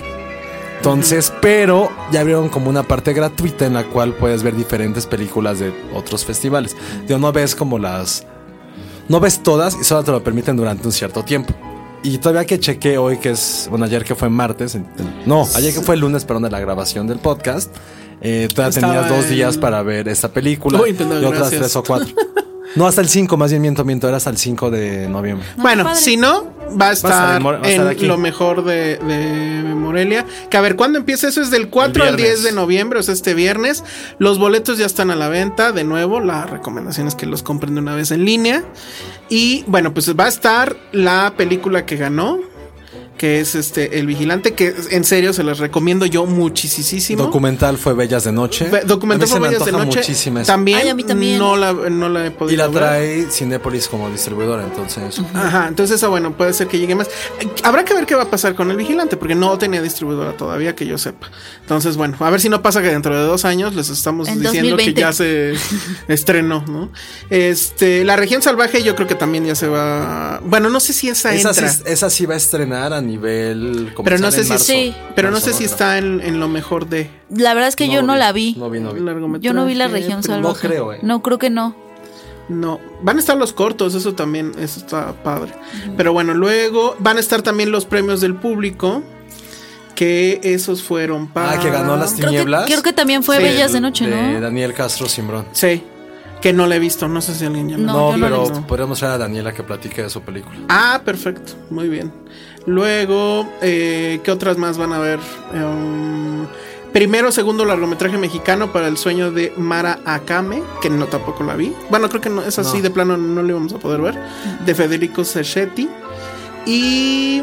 Entonces, pero ya abrieron como una parte gratuita en la cual puedes ver diferentes películas de otros festivales. Digo, no ves como las. No ves todas y solo te lo permiten durante un cierto tiempo. Y todavía que chequé hoy, que es. Bueno, ayer que fue martes. en- en- no, ayer que fue el lunes, perdón, de la grabación del podcast. eh, todavía Estaba tenías dos el- días para ver esta película Uy, y no, otras gracias. tres o cuatro. No, hasta el 5, más bien miento, miento, era hasta el 5 de noviembre. bueno, padre. si no, va a estar, en More- va a en estar aquí. lo mejor de, de Morelia. Que a ver, ¿cuándo empieza eso? Es del 4 al viernes. 10 de noviembre, o sea, este viernes. Los boletos ya están a la venta. De nuevo, la recomendación es que los compren de una vez en línea. Y bueno, pues va a estar la película que ganó. Que es este El Vigilante, que en serio se las recomiendo yo muchísimo. Documental fue Bellas de Noche. Ve- documental A mí se me Familias de antoja Noche. muchísimo esa. También, Ay, a mí también. No, la, no la he podido Y la ver. trae Cinépolis como distribuidora, entonces. Ajá, entonces eso, bueno, puede ser que llegue más. Eh, Habrá que ver qué va a pasar con el vigilante, porque no tenía distribuidora todavía que yo sepa. Entonces, bueno, a ver si no pasa que dentro de dos años les estamos En diciendo 2020. que ya se estrenó, ¿no? Este, la región salvaje yo creo que también ya se va. Bueno, no sé si esa, Esa sí, eh, entra. esa sí va a estrenar a nivel comercial pero no sé en si marzo. sí, pero no Marzo, sé si creo. está en, en lo mejor de La verdad es que yo no la vi. No vi, no vi. largometraje. Yo no vi la región pero- salvaje. creo, eh. No, creo que no. No, van a estar los cortos, eso también, eso está padre. Pero bueno, luego van a estar también los premios del público, que esos fueron para... Ah, que ganó las Creo que, tinieblas. creo que también fue Sí, Bellas de Noche, De ¿no? Daniel Castro Simbrón. Sí, que no la he visto, no sé si alguien ya la- No, No, yo no pero la he visto. podríamos traer a Daniela que platique de su película. Ah, perfecto, muy bien. Luego, eh, ¿qué otras más van a ver? Em, primero, segundo largometraje mexicano para el sueño de Mara Akame, que no tampoco la vi. Bueno, creo que no, es así, No. de plano no le vamos a poder ver. De Federico Cerchetti. Y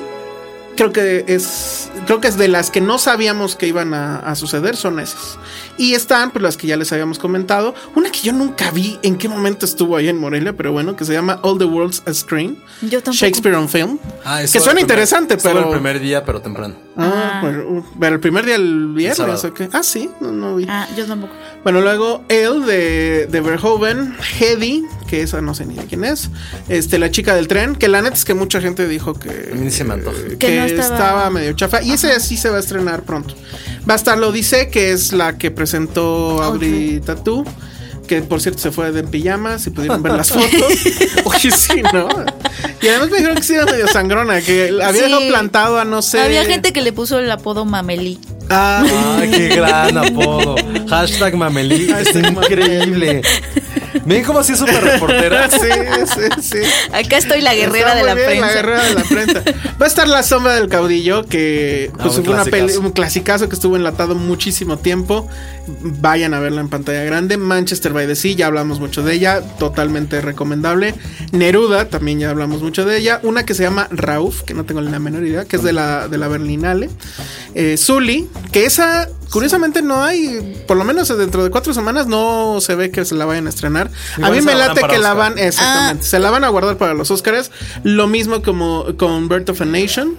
creo que es. Creo que es de las que no sabíamos que iban a, a suceder, son esas. Y están, pues las que ya les habíamos comentado. Una que yo nunca vi en qué momento estuvo ahí en Morelia, pero bueno, que se llama All the World's a Screen. Yo tampoco. Shakespeare on Film. Ah, que estuvo suena el primer- interesante, estuvo pero. el primer día, pero temprano. Ah, Ah. pero, uh, pero el primer día el viernes, sábado. ¿o qué? Ah, sí, no, no vi. Ah, yo tampoco. Bueno, luego él de, de Verhoeven, Hedy, que esa no sé ni de quién es. Este, la chica del tren, que la neta es que mucha gente dijo que. A mí se me antoja. que, Que no estaba... estaba- medio chafa. Y ese sí se va a estrenar pronto. Va a estar lo dice, que es la que presentó Ah, Audrey Tatú. Que por cierto se fue de en pijama, si pudieron ver las fotos. Oye, sí, ¿no? Y además me dijeron que sí era medio sangrona, que la había Sí. dejado plantado a no sé. Había gente que le puso el apodo Mameli. Ah, Ay, qué gran apodo. Hashtag Mamelí. Es increíble. Ven como así súper reportera. Sí, sí, sí. Acá estoy la guerrera Está de muy la bien, prensa. La guerrera de la prensa. Va a estar La Sombra del Caudillo, que Ah, pues, un fue una clasicazo. peli- un clasicazo que estuvo enlatado muchísimo tiempo. Vayan a verla en pantalla grande. Manchester by the Sea, ya hablamos mucho de ella, totalmente recomendable. Neruda, también ya hablamos mucho de ella. Una que se llama Rauf, que no tengo la menor idea, que es de la, de la Berlinale. Eh, Zully, que esa, curiosamente no hay, por lo menos dentro de cuatro semanas no se ve que se la vayan a estrenar. Igual a mí se me la van late para que la Oscar. van, Exactamente. Ah. Se la van a guardar para los Oscars. Lo mismo como con Birth of a Nation.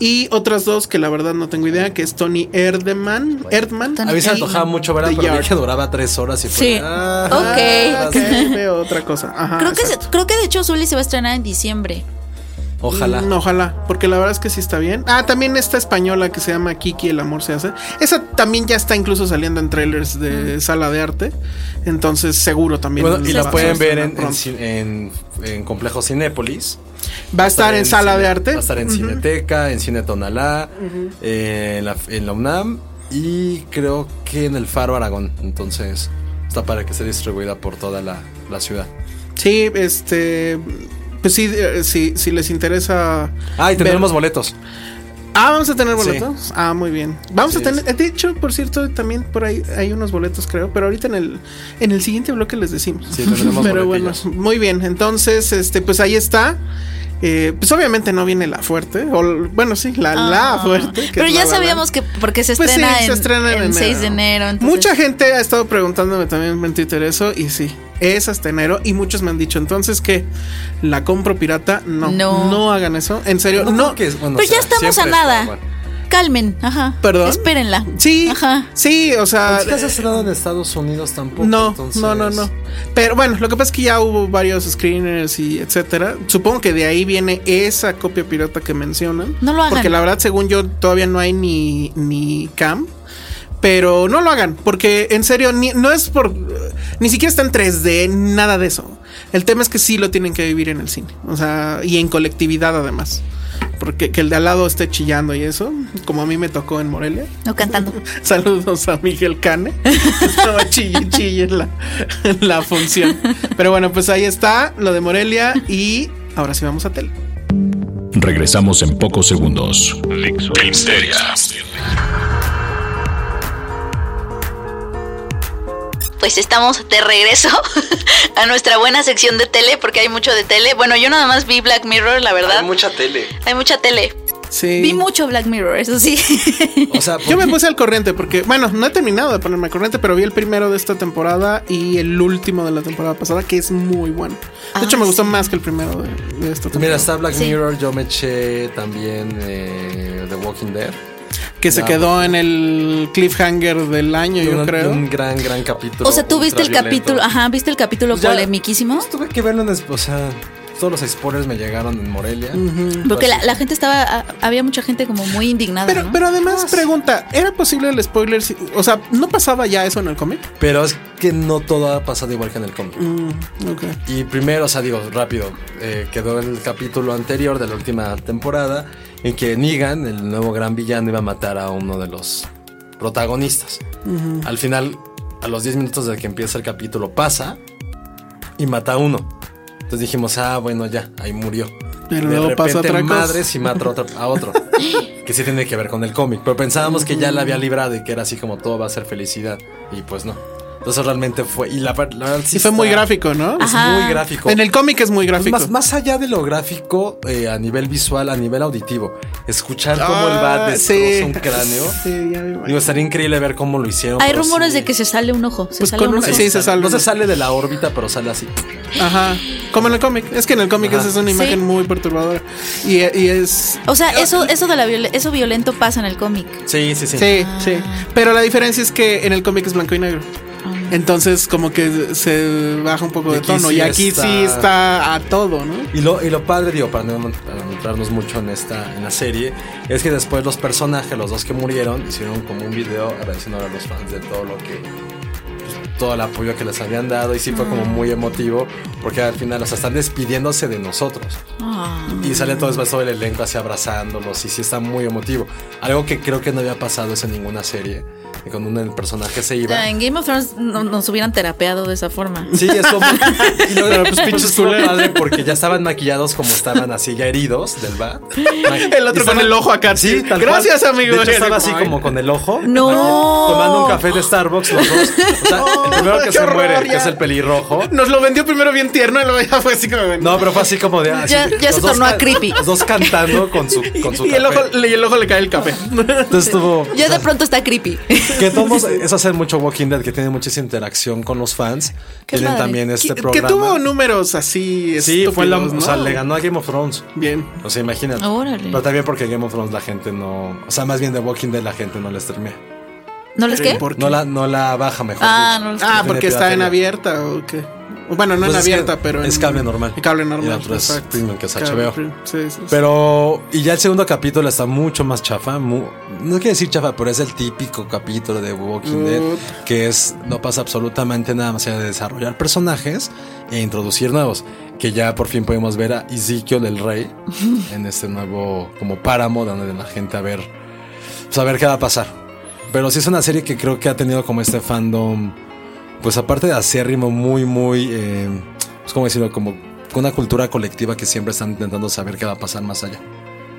Y otras dos que la verdad no tengo idea, que es Tony Erdman. Erdman. Tony A mí se y me antojaba mucho verla, The pero vi Yard. que duraba tres horas y fue. Sí. ah, Ok. Ok, veo otra cosa. Ajá, Creo que, se- exacto. creo que de hecho Zully se va a estrenar en diciembre. Ojalá. Mm, ojalá, porque la verdad es que sí está bien. Ah, también esta española que se llama Kiki, El amor se hace. Esa también ya está incluso saliendo en trailers de sala de arte. Entonces, seguro también. Mm. Bueno, y la la vas a pueden ver estrenar en, en, pronto. cin- en- en Complejo Cinépolis. Va a estar en sala cine- de arte. Va a estar en Cineteca, en Cine Tonalá, eh, en, la, en la UNAM y creo que en el Faro Aragón. Entonces está para que sea distribuida por toda la, la ciudad. Sí, este. Pues sí, eh, sí, si les interesa. Ah, y ver- tendremos boletos. Ah, vamos a tener Sí. boletos. Ah, muy bien. Vamos Así a tener. De hecho, por cierto, también por ahí hay unos boletos, creo. Pero ahorita en el, en el siguiente bloque les decimos. Sí, tendremos Pero bueno, boletillos. muy bien. Entonces, este, pues ahí está. Eh, pues obviamente no viene la fuerte. O, bueno, sí, la, la Ah. fuerte. que Pero es ya La La sabíamos Land. que porque se Pues sí, estrena, se en, estrena en el 6 de enero. entonces- Mucha gente ha estado preguntándome también en Twitter eso y sí, es hasta enero y muchos me han dicho entonces que la compro pirata, no, no, No. hagan eso, en serio, no. creo que es- bueno, Pero o sea, pues ya estamos a siempre es- nada. bueno. Calmen, ajá. Perdón. Espérenla. Sí, Ajá. sí, o sea, Ni siquiera se ha estrenado en Estados Unidos tampoco. no, entonces- no, no, no. Pero bueno, lo que pasa es que ya hubo varios screeners y etcétera. Supongo que de ahí viene esa copia pirata que mencionan. No lo hagan. Porque la verdad, según yo, todavía no hay ni, ni cam. Pero no lo hagan, porque en serio, ni- no es por. Ni siquiera está en 3D, nada de eso. El tema es que sí lo tienen que vivir en el cine. O sea, y en colectividad además. Porque que el de al lado esté chillando y eso, como a mí me tocó en Morelia. No cantando. Saludos a Miguel Cane. que Estaba chille, y chille en la, en la función. Pero bueno, pues ahí está lo de Morelia. Y ahora sí vamos a tele. Regresamos en pocos segundos. Filmsteria. Pues estamos de regreso a nuestra buena sección de tele, porque hay mucho de tele. Bueno, yo nada más vi Black Mirror, la verdad. Hay mucha tele. Hay mucha tele. Sí. Vi mucho Black Mirror, eso sí. O sea, Yo me puse al corriente porque, bueno, no he terminado de ponerme al corriente, pero vi el primero de esta temporada y el último de la temporada pasada, que es muy bueno. De Ah, hecho, me gustó sí. más que el primero de, de esta temporada. Mira, está Black Sí. Mirror, yo me eché también eh, The Walking Dead. que se ya. quedó en el cliffhanger del año, De yo un, creo. un gran, gran capítulo. o sea, tú viste el ultraviolento. capítulo, ajá, viste el capítulo Pues Ya, polemiquísimo. pues, tuve que verlo en. es- O sea, todos los spoilers me llegaron en Morelia. Porque la, la gente estaba, a- había mucha gente como muy indignada. Pero, ¿no? pero Ah, además, pregunta, ¿era posible el spoiler? si- o sea, ¿no pasaba ya eso en el cómic? Pero es que no todo ha pasado igual que en el cómic. ok. Y primero, o sea, digo, rápido, eh, quedó el capítulo anterior de la última temporada en que Negan, el nuevo gran villano, iba a matar a uno de los protagonistas. Al final, a los 10 minutos de que empieza el capítulo, pasa y mata a uno. Entonces dijimos, ah, bueno, ya, ahí murió. Pero de luego repente, pasa otra cosa. madre, si mata a otro, a otro, que sí tiene que ver con el cómic. Pero pensábamos que ya la había librado y que era así como todo va a ser felicidad. Y pues no. Entonces realmente fue. Y la, ver- la verdad Sí, fue muy está- gráfico, ¿no? es Ajá. muy gráfico. En el cómic es muy gráfico. Más, más allá de lo gráfico, eh, a nivel visual, a nivel auditivo, escuchar cómo el Ah, bat destroza sí. un cráneo. Sí, ya me imagino. Digo, estaría increíble ver cómo lo hicieron. Hay pero rumores sí. de que se sale un ojo. Se Pues sale con un un- ojo. sí, se sale. No se sale de la órbita, pero sale así. Ajá. Como en el cómic. Es que en el cómic Ajá. esa es una imagen Sí. muy perturbadora. Y, y es. O sea, eso, eso de la viol- eso violento pasa en el cómic. Sí, sí, sí. Sí, sí. Pero la diferencia es que en el cómic es blanco y negro. Entonces, como que se baja un poco Ah. Y de aquí tono. sí y aquí está- sí está a todo, ¿no? Y lo, y lo padre, digo, para no para no entrarnos mucho en esta en la serie, es que después los personajes, los dos que murieron, hicieron como un video agradeciendo a los fans de todo lo que. pues, todo el apoyo que les habían dado. Y sí fue como muy emotivo, porque al final, o sea, están despidiéndose de nosotros. Ah, Y sale todo, el- todo el elenco así abrazándolos y sí está muy emotivo. Algo que creo que no había pasado es en ninguna serie. que Cuando un personaje se iba. En Game of Thrones no- nos hubieran terapeado de esa forma. Sí, es como. Y luego, Pero, pues, pues, pinches estuvo culeros. padre porque ya estaban maquillados como estaban así, ya heridos del bat. El otro con el ojo acá. Sí, tal Gracias, cual. amigo. De hecho, estaba Así así como con el ojo. No. Tomando un café de Starbucks los dos. O sea, el primero que qué se horror, muere, que ya. es el pelirrojo. Nos lo vendió primero bien tierno y luego ya fue así como. No, pero fue así como de. así, Ya- ya los se dos tornó a ca- creepy. Los dos cantando con su. Con su y, el café. ojo, le, y el ojo le cae el café. Entonces estuvo. Ya de pronto está creepy. Que todos. Eso hace mucho Walking Dead, que tiene muchísima interacción con los fans. Qué Tienen padre. también este Que- que programa. tuvo números así. Sí, fue la. estúpidos, O ¿no? sea, le ganó a Game of Thrones. Bien. O sea, imagínate. Órale. Pero también porque Game of Thrones la gente no. O sea, más bien de Walking Dead la gente no la streamea. ¿No les qué? ¿Por qué? No la, no la baja mejor. Ah, dicho. no les Ah, Tiene porque está en piratería. abierta o qué. O Bueno, no Pues en es que abierta, pero. es en- cable normal. en Cable Y normal. la otra es exacto. premium, que es Cable HBO. premium, Sí, Pues sí, sí. Pero, y ya el segundo capítulo está mucho más chafa. mu- no quiero decir chafa, pero es el típico capítulo de Walking Dead, que es, no pasa absolutamente nada más allá de desarrollar personajes e introducir nuevos. Que ya por fin podemos ver a Ezekiel el Rey en este nuevo, como páramo, donde la gente a ver, pues a ver qué va a pasar. Pero sí es una serie que creo que ha tenido como este fandom, pues aparte de acérrimo, muy, muy, eh, pues cómo decirlo, como una cultura colectiva que siempre están intentando saber qué va a pasar más allá.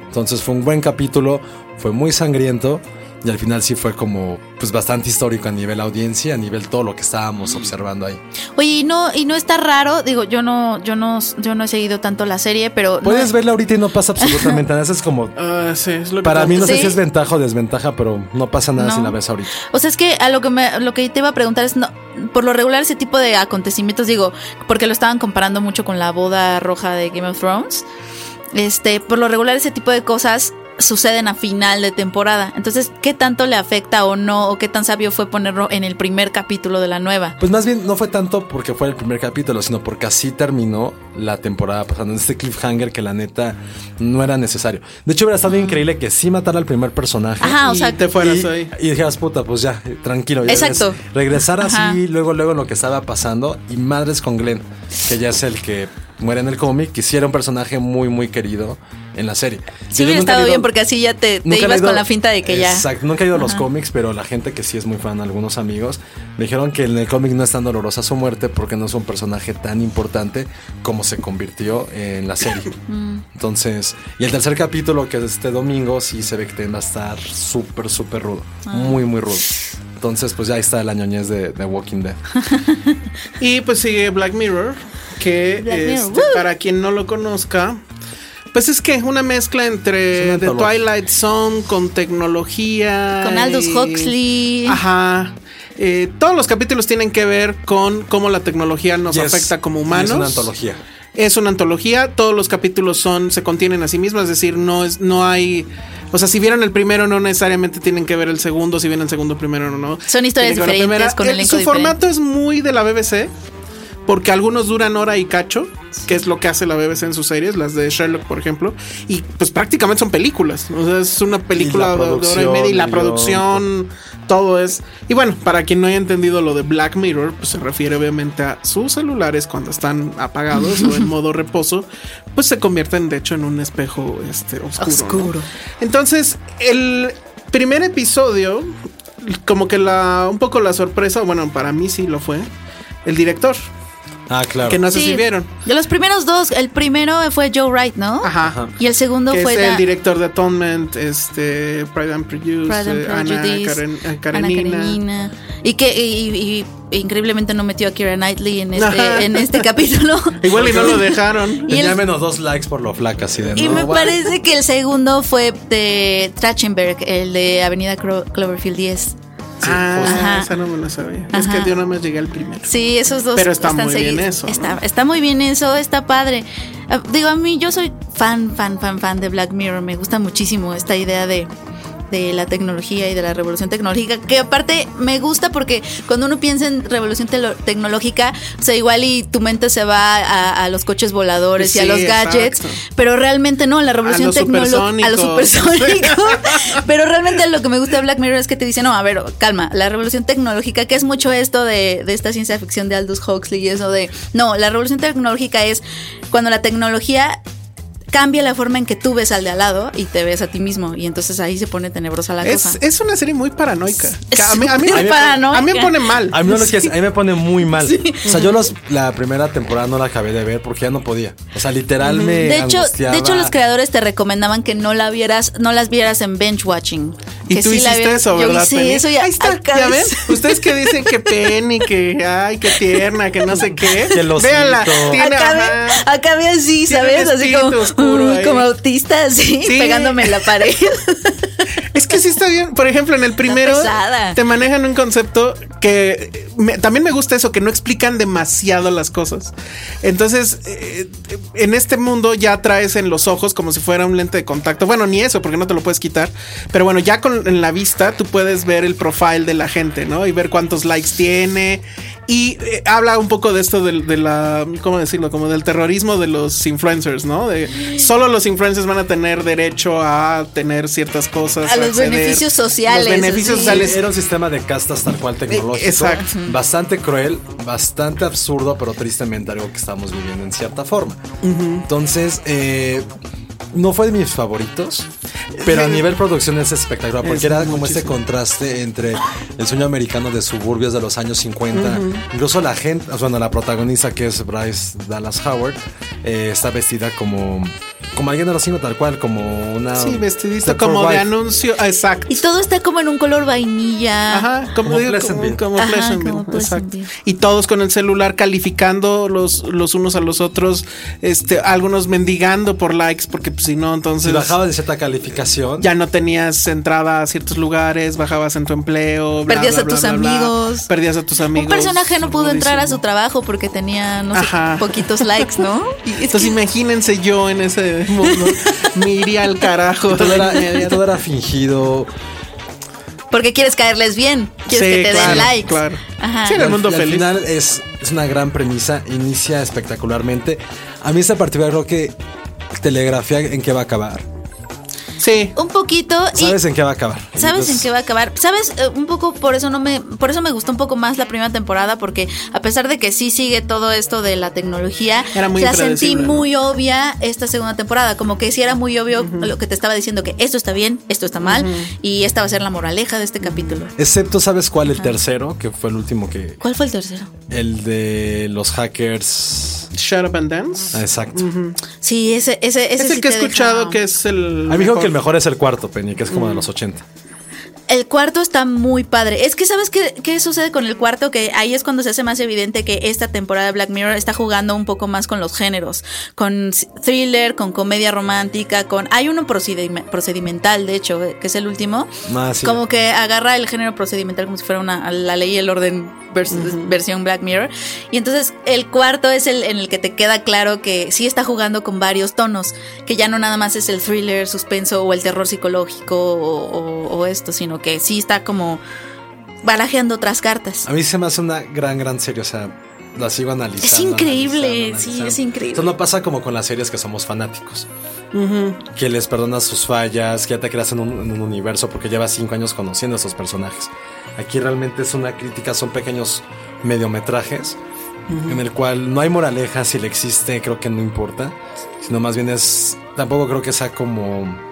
Entonces fue un buen capítulo, fue muy sangriento y al final sí fue como pues bastante histórico a nivel audiencia, a nivel todo lo que estábamos observando ahí. Oye, y no, y no está raro, digo, yo no, yo no, yo no he seguido tanto la serie, pero no Puedes es- verla ahorita y no pasa absolutamente nada, eso es como Ah, sí, es lo que para mí no sé Sí. si es ventaja o desventaja, pero no pasa nada No. si la ves ahorita. O sea, es que a lo que me, lo que te iba a preguntar es, no, por lo regular ese tipo de acontecimientos, digo, porque lo estaban comparando mucho con la boda roja de Game of Thrones. Este, por lo regular ese tipo de cosas suceden a final de temporada. Entonces, ¿qué tanto le afecta o no? ¿O qué tan sabio fue ponerlo en el primer capítulo de la nueva? Pues más bien no fue tanto porque fue el primer capítulo, sino porque así terminó la temporada pasando en este cliffhanger que la neta no era necesario. De hecho hubiera Ah. estado increíble que sí matara al primer personaje. Ajá, o Y sea, te fueras y, ahí. y dijeras, puta, pues ya, eh, tranquilo. ya Exacto. ves". Regresar así, Ajá. luego, luego en lo que estaba pasando. Y madres con Glenn, que ya es el que muere en el cómic, que sí era un personaje muy, muy querido en la serie. sí Yo hubiera nunca he estado leído- bien porque así ya te, te nunca he ibas leído- con la finta de que ya... Exacto, nunca he ido a los cómics, pero la gente que sí es muy fan, algunos amigos, me dijeron que en el cómic no es tan dolorosa su muerte porque no es un personaje tan importante como se convirtió en la serie. Mm. Entonces, y el tercer capítulo, que es este domingo, sí se ve que va a estar súper, súper rudo. Ah. Muy, muy rudo. Entonces, pues ya ahí está la ñoñez de, de Walking Dead. Y pues sigue Black Mirror, que Black este, Mirror, ¡woo! para quien no lo conozca, pues es que una mezcla entre Es una The antología. Twilight Zone con tecnología. Con Aldous y- Huxley. Ajá. Eh, todos los capítulos tienen que ver con cómo la tecnología nos Y es- afecta como y humanos. Es una antología. Es una antología, todos los capítulos son, se contienen a sí mismos, es decir, no es, no hay. O sea, si vieron el primero, no necesariamente tienen que ver el segundo, si vieron el segundo primero, no, no. Son historias Tienen que ver la diferentes, con Eh, elenco Su diferente. formato es muy de la BBC, porque algunos duran hora y cacho, que es lo que hace la BBC en sus series, las de Sherlock, por ejemplo, y pues prácticamente son películas. O sea, es una película de- de hora y producción, media y la guión, producción, todo es. Y bueno, para quien no haya entendido lo de Black Mirror, pues se refiere obviamente a sus celulares cuando están apagados o en modo reposo, pues se convierten de hecho en un espejo este, oscuro. ¿no? Oscuro. Entonces, el primer episodio, como que la, un poco la sorpresa, bueno, para mí sí lo fue, el director, Ah, claro. que no sé Sí. si vieron. De los primeros dos, el primero fue Joe Wright, ¿no? Ajá. Y el segundo que fue es la- el director de Atonement, este, Pride and Prejudice, Pride and eh, Ana Prejudice, Karen- eh, Ana Karenina. Karenina. Y que y- y- y increíblemente no metió a Kira Knightley en Ajá. este, en este capítulo. Igual y no lo dejaron. Y Tenía el- menos dos likes por lo flaca, así de Y no, me guau. parece que el segundo fue de Trachtenberg, el de Avenida Clo- Cloverfield 10. ah, Ajá. esa no me la sabía. Es Ajá. que yo nada más llegué al primero. Sí, esos dos. Pero está están muy bien eso, Está, ¿no? está muy bien eso, está padre. Ah, Digo, a mí yo soy fan, fan, fan, fan de Black Mirror. Me gusta muchísimo esta idea de, de la tecnología y de la revolución tecnológica. Que aparte me gusta porque cuando uno piensa en revolución telo- tecnológica, o sea, igual y tu mente se va a, a los coches voladores y a Sí, los gadgets. exacto. Pero realmente no, la revolución los tecnológica. A los supersónicos. supersónicos. Pero realmente lo que me gusta de Black Mirror es que te dice, no, a ver, calma, la revolución tecnológica, que es mucho esto de, de esta ciencia ficción de Aldous Huxley y eso de, no, la revolución tecnológica es cuando la tecnología cambia la forma en que tú ves al de al lado y te ves a ti mismo. Y entonces ahí se pone tenebrosa la Es, cosa. es una serie muy paranoica. Que a, mí, a, mí, súper a mí me pone- paranoica. a mí me pone mal. A mí, no lo quieres, a mí me pone muy mal. O sea, yo los, la primera temporada no la acabé de ver porque ya no podía. O sea, literal me de hecho, angustiaba. de hecho los creadores te recomendaban que no la vieras, no las vieras en bench watching. Y que tú sí la hiciste vieras- eso, Yo ¿verdad? hice Penny? eso y a- Ahí está, acabé- ¿ya ven? Ustedes que dicen que Penny, que ay, que tierna, que no sé qué. Que lo Véanla, siento. tiene Acabé, ajá. acabé así, Tiene un ¿sabes? Así espíritu como, oscuro mm, ahí. como autista, así, Sí. pegándome en la pared. Es que sí está bien. Por ejemplo, en el primero pesada. te manejan un concepto que me- también me gusta eso, que no explican demasiado las cosas. Entonces, eh, en este mundo ya traes en los ojos como si fuera un lente de contacto. Bueno, ni eso, porque no te lo puedes quitar. Pero bueno, ya con en la vista tú puedes ver el profile de la gente, ¿no? Y ver cuántos likes tiene. Y eh, habla un poco de esto del- de, la, ¿cómo decirlo? Como del terrorismo de los influencers, ¿no? De solo los influencers van a tener derecho a tener ciertas cosas. A los beneficios sociales, Los beneficios así. sociales. Era un sistema de castas tal cual tecnológico. Eh, Exacto. Bastante cruel, bastante absurdo, pero tristemente algo que estamos viviendo en cierta forma. Entonces, eh, no fue de mis favoritos, pero a nivel producción es espectacular, porque Es era como muchísimo. este contraste entre el sueño americano de suburbios de los años 50, incluso la gente, o sea, bueno, la protagonista que es Bryce Dallas Howard, eh, está vestida como... Como alguien de los 50, tal cual, como una... Sí, vestidito Stepford como de wife. anuncio. ah, Exacto. Y todo está como en un color vainilla. Ajá, como, Como digo, Pleasantville. como, como Ajá, Pleasantville, como exacto. Pleasantville. Y todos con el celular calificando los, los unos a los otros, este, algunos mendigando por likes, porque pues, si no, Si entonces bajaba de cierta calificación, ya no tenías entrada a ciertos lugares, bajabas en tu empleo, bla, Perdías bla, a bla, tus bla, bla. amigos. perdías a tus amigos. Un personaje no pudo entrar a su Sordísimo. trabajo porque tenía, no sé, Ajá. poquitos likes, ¿no? Y es Entonces que- imagínense yo en ese mundo, me iría al carajo. todo era, y todo era fingido. porque quieres caerles bien, quieres Sí, que te claro, den likes. claro. Ajá. Sí, Era el mundo Y al feliz. final es, es una gran premisa, inicia espectacularmente. A mí esta partida creo que telegrafía en qué va a acabar. Sí, Un poquito y ¿Sabes en qué va a acabar? ¿Sabes en Entonces, qué va a acabar? ¿Sabes? Eh, un poco por eso no me por eso me gustó un poco más la primera temporada porque a pesar de que sí sigue todo esto de la tecnología, Era muy la sentí impredecible, ¿no? muy obvia esta segunda temporada, como que sí era muy obvio lo que te estaba diciendo que esto está bien, esto está mal y esta va a ser la moraleja de este capítulo. Excepto, ¿sabes cuál? El tercero, que fue el último que... ¿Cuál fue el tercero? El de los hackers... Shut Up and Dance. Ah, Exacto. Sí, ese ese ese es sí el que he te deja- escuchado que es el. A mí me dijo que el mejor es el cuarto, Penny, que es como de los 80. El cuarto está muy padre. Es que, ¿sabes qué, qué sucede con el cuarto? Que ahí es cuando se hace más evidente que esta temporada de Black Mirror está jugando un poco más con los géneros. Con s- thriller, con comedia romántica, con... Hay uno procedime- procedimental, de hecho, eh, que es el último. Ah, sí. Como que agarra el género procedimental como si fuera una, la ley y el orden vers- versión Black Mirror. Y entonces el cuarto es el en el que te queda claro que sí está jugando con varios tonos, que ya no nada más es el thriller, suspenso o el terror psicológico o, o- o esto, sino que sí está como barajeando otras cartas. A mí se me hace una gran, gran serie, o sea, la sigo analizando. Es increíble, analizando, sí, analizando. es increíble. Esto no pasa como con las series que somos fanáticos. Que les perdonas sus fallas, que ya te creas en un, en un universo porque llevas cinco años conociendo a esos personajes. Aquí realmente es una crítica, son pequeños mediometrajes en el cual no hay moraleja, si le existe creo que no importa, sino más bien es, tampoco creo que sea como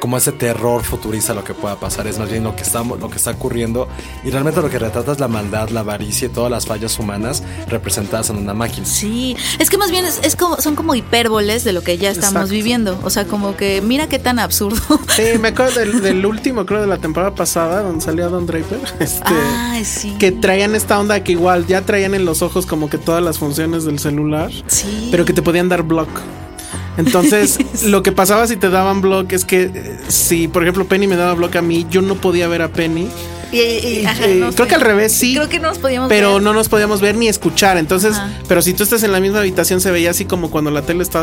como ese terror futurista lo que pueda pasar, es más bien lo que está, lo que está ocurriendo y realmente lo que retrata es la maldad, la avaricia y todas las fallas humanas representadas en una máquina. Sí, es que más bien es, es como, son como hipérboles de lo que ya estamos Exacto. viviendo. O sea, como que mira qué tan absurdo. Sí, me acuerdo del, del último, creo, de la temporada pasada, donde salía Don Draper. Este, Ay, sí. Que traían esta onda que igual ya traían en los ojos como que todas las funciones del celular, Sí. pero que te podían dar block. Entonces, lo que pasaba si te daban block es que eh, si, por ejemplo, Penny me daba block a mí, yo no podía ver a Penny. Y- y- ajá, Eh, no creo sé. que al revés sí. Creo que no nos podíamos Pero ver. no nos podíamos ver ni escuchar. Entonces, Ajá. pero si tú estás en la misma habitación, se veía así como cuando la tele estaba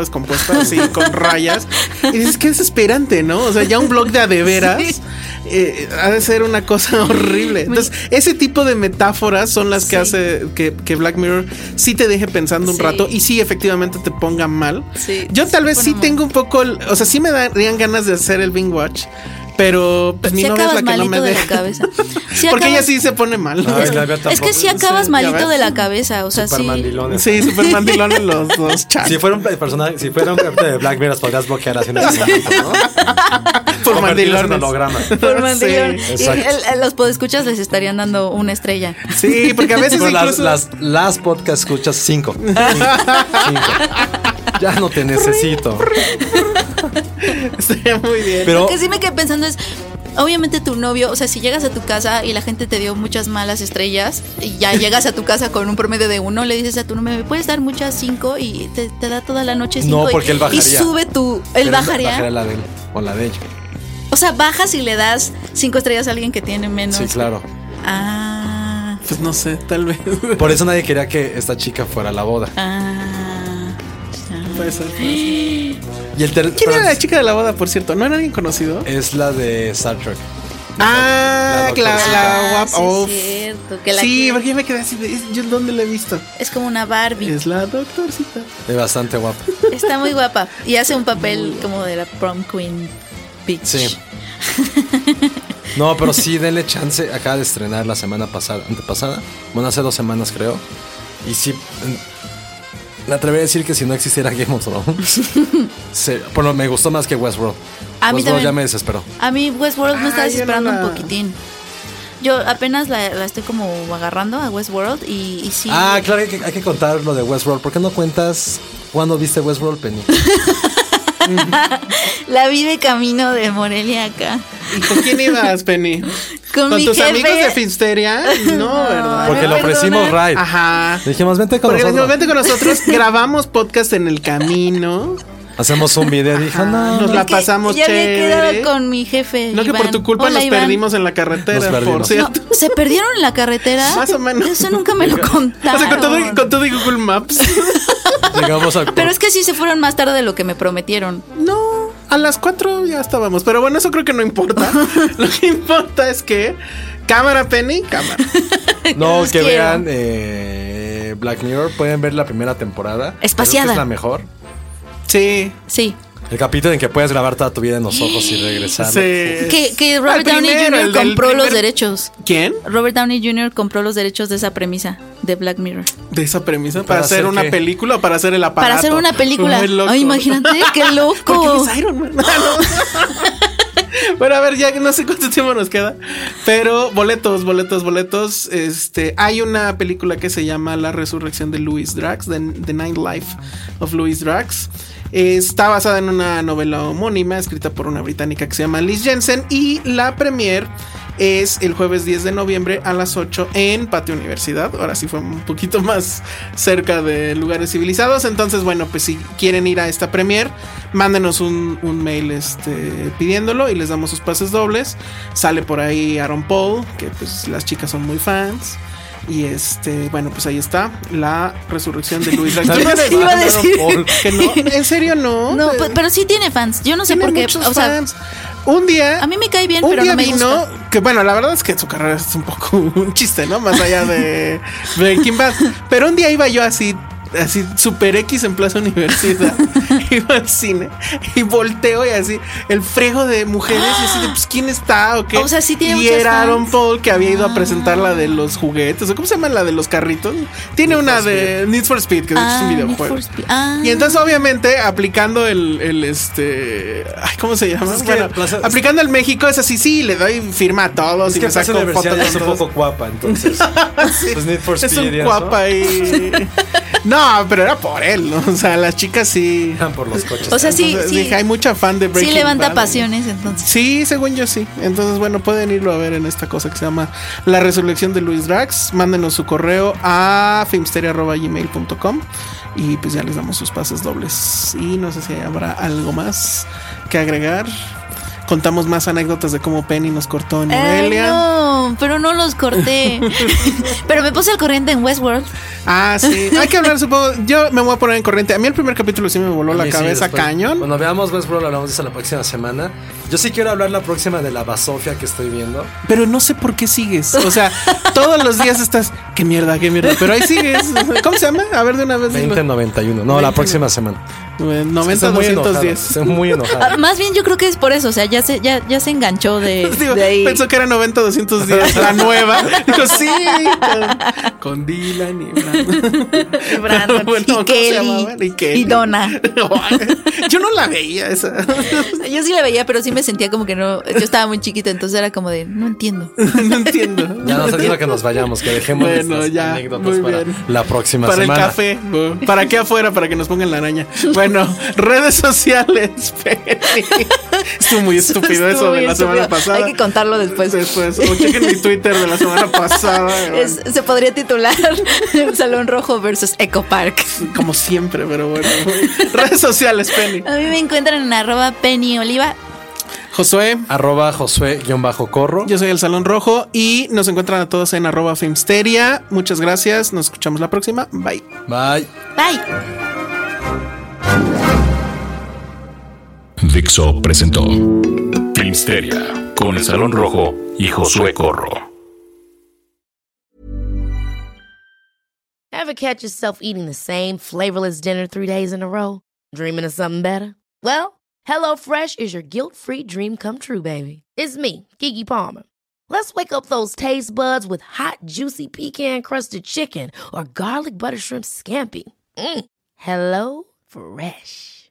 descompuesta, así con rayas. Y dices, qué desesperante, ¿no? O sea, ya un blog de a de veras eh, ha de ser una cosa horrible. Entonces, ese tipo de metáforas son las Sí. que hace que, que Black Mirror sí te deje pensando un Sí. rato y sí, efectivamente te ponga mal. Sí, Yo sí tal vez pone sí mal. tengo un poco, el- o sea, sí me darían ganas de hacer el Bing Watch. Pero pues, mi Si novia es la acabas que no malito me de la deja. cabeza. Si Porque ella acabas- sí se pone mal. Ay, la había Es tampoco- que si acabas ya malito ves. de la cabeza, o sea, sí. Supermandilones. Sí, súper mandilón en los dos chats. Si fuera un personaje, si fuera un capítulo de Black Mirror, podrías bloquear así una ¿no? por Convertirlos en mandilones. holograma. Por mandilón. Sí, y exacto. el- el- los podescuchas les estarían dando una estrella. Sí, porque a veces Con las, incluso. las, las podcast escuchas cinco. Cinco. cinco. Ya no te necesito. Estaría muy bien. Pero Lo que sí me quedé pensando es. Obviamente tu novio, o sea, si llegas a tu casa y la gente te dio muchas malas estrellas y ya llegas a tu casa con un promedio de uno, le dices a tu novio, me puedes dar muchas cinco y te, te da toda la noche cinco. No, y- porque él Y bajaría. sube tu, él pero bajaría. la de él o la de ella. O sea, bajas y le das cinco estrellas a alguien que tiene menos. Sí, claro. Ah, Pues no sé, tal vez. Por eso nadie quería que esta chica fuera a la boda. ah. Puede ser. Y el ter- ¿Quién pero era la chica de la boda, por cierto? ¿No era alguien conocido? Es la de Star Trek. Ah, Eh, la la, la Ah, guapa. sí, Uf. es cierto, que la sí, que- porque yo me quedé así. de, ¿es- ¿Yo dónde la he visto? es como una Barbie. Es la doctorcita. Es bastante guapa. Está muy guapa. Y hace un papel como de la prom queen bitch. Sí. No, pero sí, denle chance. Acaba de estrenar la semana pasada, antepasada. Bueno, hace dos semanas creo. Y sí, mm, me atrevería a decir que si no existiera Game of Thrones, se- por lo me gustó más que Westworld. A mí Westworld también. ya me desesperó. A mí Westworld me está Ah, yo desesperando no la- un poquitín. Yo apenas la, la estoy como agarrando a Westworld y, y sí. Ah, claro, hay que, hay que contar lo de Westworld. ¿Por qué no cuentas cuándo viste Westworld, Penny? La vi de camino de Morelia acá. ¿Y con quién ibas, Penny? Con, mi tus jefe. amigos de Finsteria? No, ¿verdad? Porque le perdona. ofrecimos ride. Ajá. Le Dijimos, vente con Porque les digo, nosotros. vente con nosotros, grabamos podcast en el camino. Hacemos un video. Dijo, no, Nos la Es que pasamos ya había chévere. quedado con mi jefe. No, que por Iván. tu culpa Hola, nos Iván. perdimos en la carretera, Nos por perdimos. No, cierto. ¿Se perdieron en la carretera? Más o menos. Eso nunca me lo O contaron. sea, con todo, con todo y Google Maps. llegamos a. Pero es que sí se fueron más tarde de lo que me prometieron. No, a las 4 ya estábamos. Pero bueno, eso creo que no importa. Lo que importa es que. Cámara, Penny, cámara. No, Los que quiero. vean eh, Black Mirror. Pueden ver la primera temporada. Espaciada. Creo que Es la mejor. Sí. Sí. El capítulo en que puedes grabar toda tu vida en los ojos y regresar. sí. Que, que Robert Al Downey primero, el Jr. del compró los primer- derechos. ¿Quién? Robert Downey Jr. compró los derechos de esa premisa de Black Mirror. De esa premisa. ¿Para, ¿Para hacer hacer una qué? película o para hacer el aparato? Para hacer una película. Muy loco. Ay, imagínate, qué loco. ¿Por qué no es Iron Man? No. bueno, a ver, ya no sé cuánto tiempo nos queda. Pero boletos, boletos, boletos. Este, hay una película que se llama La Resurrección de Louis Drax, The, The Night Life of Louis Drax. Eh, Está basada en una novela homónima escrita por una británica que se llama Liz Jensen. Y la premier es el jueves 10 de noviembre a las 8 en Patio Universidad. Ahora sí fue un poquito más cerca de lugares civilizados. Entonces, bueno, pues si quieren ir a esta premier, mándenos un, un mail este, pidiéndolo y les damos sus pases dobles. Sale por ahí Aaron Paul, que pues las chicas son muy fans. Y este, bueno, pues ahí está la resurrección de Luis Drax. ¿Sabes? Yo no le- Iba a no, decir. Paul, que no, en serio no. No, Eh, pe- pero sí tiene fans. Yo no sé tiene por qué. muchos O sea, fans. un día a mí me cae bien, un pero día no me vino gusta. que bueno, la verdad es que su carrera es un poco un chiste, ¿no? Más allá de Breaking Bad. Pero un día iba yo así, así super X en Plaza Universidad, iba al cine y volteo y así el frejo de mujeres y así de pues quién está o qué. O sea, sí tiene Y muchos era Aaron fans. Ah. Paul que había ido a presentar la de los juguetes o cómo se llama la de los carritos. Tiene una de Need for Speed que de hecho es Ah, un Need videojuego. for Speed. Ah. Y entonces, obviamente, aplicando el, el este. Ay, ¿cómo se llama? Es que bueno, Plaza- aplicando el México es así, sí, le doy firma a todos Es y que me pasa saco la fotos. versión es con un todos. poco guapa, entonces. Sí. pues Need for es Speed y un eso. guapa ahí. No, pero era por él, ¿no? O sea, las chicas sí. Eran por los coches. O sea, sí, Entonces, sí, dije, hay mucha fan de Breaking sí levanta Bad. pasiones entonces. Sí, según yo sí. Entonces, bueno, pueden irlo a ver en esta cosa que se llama La Resurrección de Luis Drax. Mándenos su correo a filmsteria.gmail.com y pues ya les damos sus pases dobles. Y no sé si habrá algo más que agregar. Contamos más anécdotas de cómo Penny nos cortó en Ay, Noelia. no, pero no los corté. pero me puse al corriente en Westworld. Ah, sí. Hay que hablar, supongo. Yo me voy a poner en corriente. A mí el primer capítulo sí me voló A la mí sí, cabeza después- cañón. Cuando veamos Westworld hablamos de eso la próxima semana. Yo sí quiero hablar la próxima de la basofia que estoy viendo. Pero no sé por qué sigues. O sea, todos los días estás. Qué mierda, qué mierda. Pero ahí sigues. ¿Cómo se llama? A ver de una vez. dilo. 2091. No, la próxima semana. Eh, Estoy 90, muy enojado, 210. Estoy muy Ah, enojado. Más bien yo creo que es por eso, o sea, ya se, ya, ya se enganchó de, Digo, de ahí. pensó que era 90, 210. La nueva. Dijo, sí. Con, con Dylan y Brandon. Y Brandon, Bueno, ¿cómo y, se Kelly, llamaban? y Y Kelly. Donna. Yo no la veía esa. Yo sí la veía, pero sí me sentía como que no. Yo estaba muy chiquita, entonces era como de, no entiendo. No entiendo. Ya no sé que nos vayamos, que dejemos Bueno, nuestras ya, anécdotas muy para bien. la próxima Para semana. el café. bu. ¿Para qué afuera? Para que nos pongan la araña. Bueno, redes sociales. Penny. Estuvo muy estúpido eso Estuvo de bien la semana estúpido. pasada. Hay que contarlo después. Después. O chequen mi Twitter de la semana pasada. Es- se podría titular Salón Rojo versus Eco Park. Como siempre, pero bueno. Redes sociales, Penny. A mí me encuentran en arroba Penny Oliva. Josué. Arroba Josué-Corro. Yo soy El Salón Rojo y nos encuentran a todos en arroba Filmsteria. Muchas gracias. Nos escuchamos la próxima. Bye. Bye. Bye. Dixo presentó Filmsteria con el Salón Rojo y Josué Corro. Ever catch yourself eating the same flavorless dinner three days in a row? Dreaming of something better? Well, HelloFresh is your guilt free dream come true, baby. It's me, Kiki Palmer. Let's wake up those taste buds with hot, juicy pecan crusted chicken or garlic butter shrimp scampi. Mm. Hello Fresh.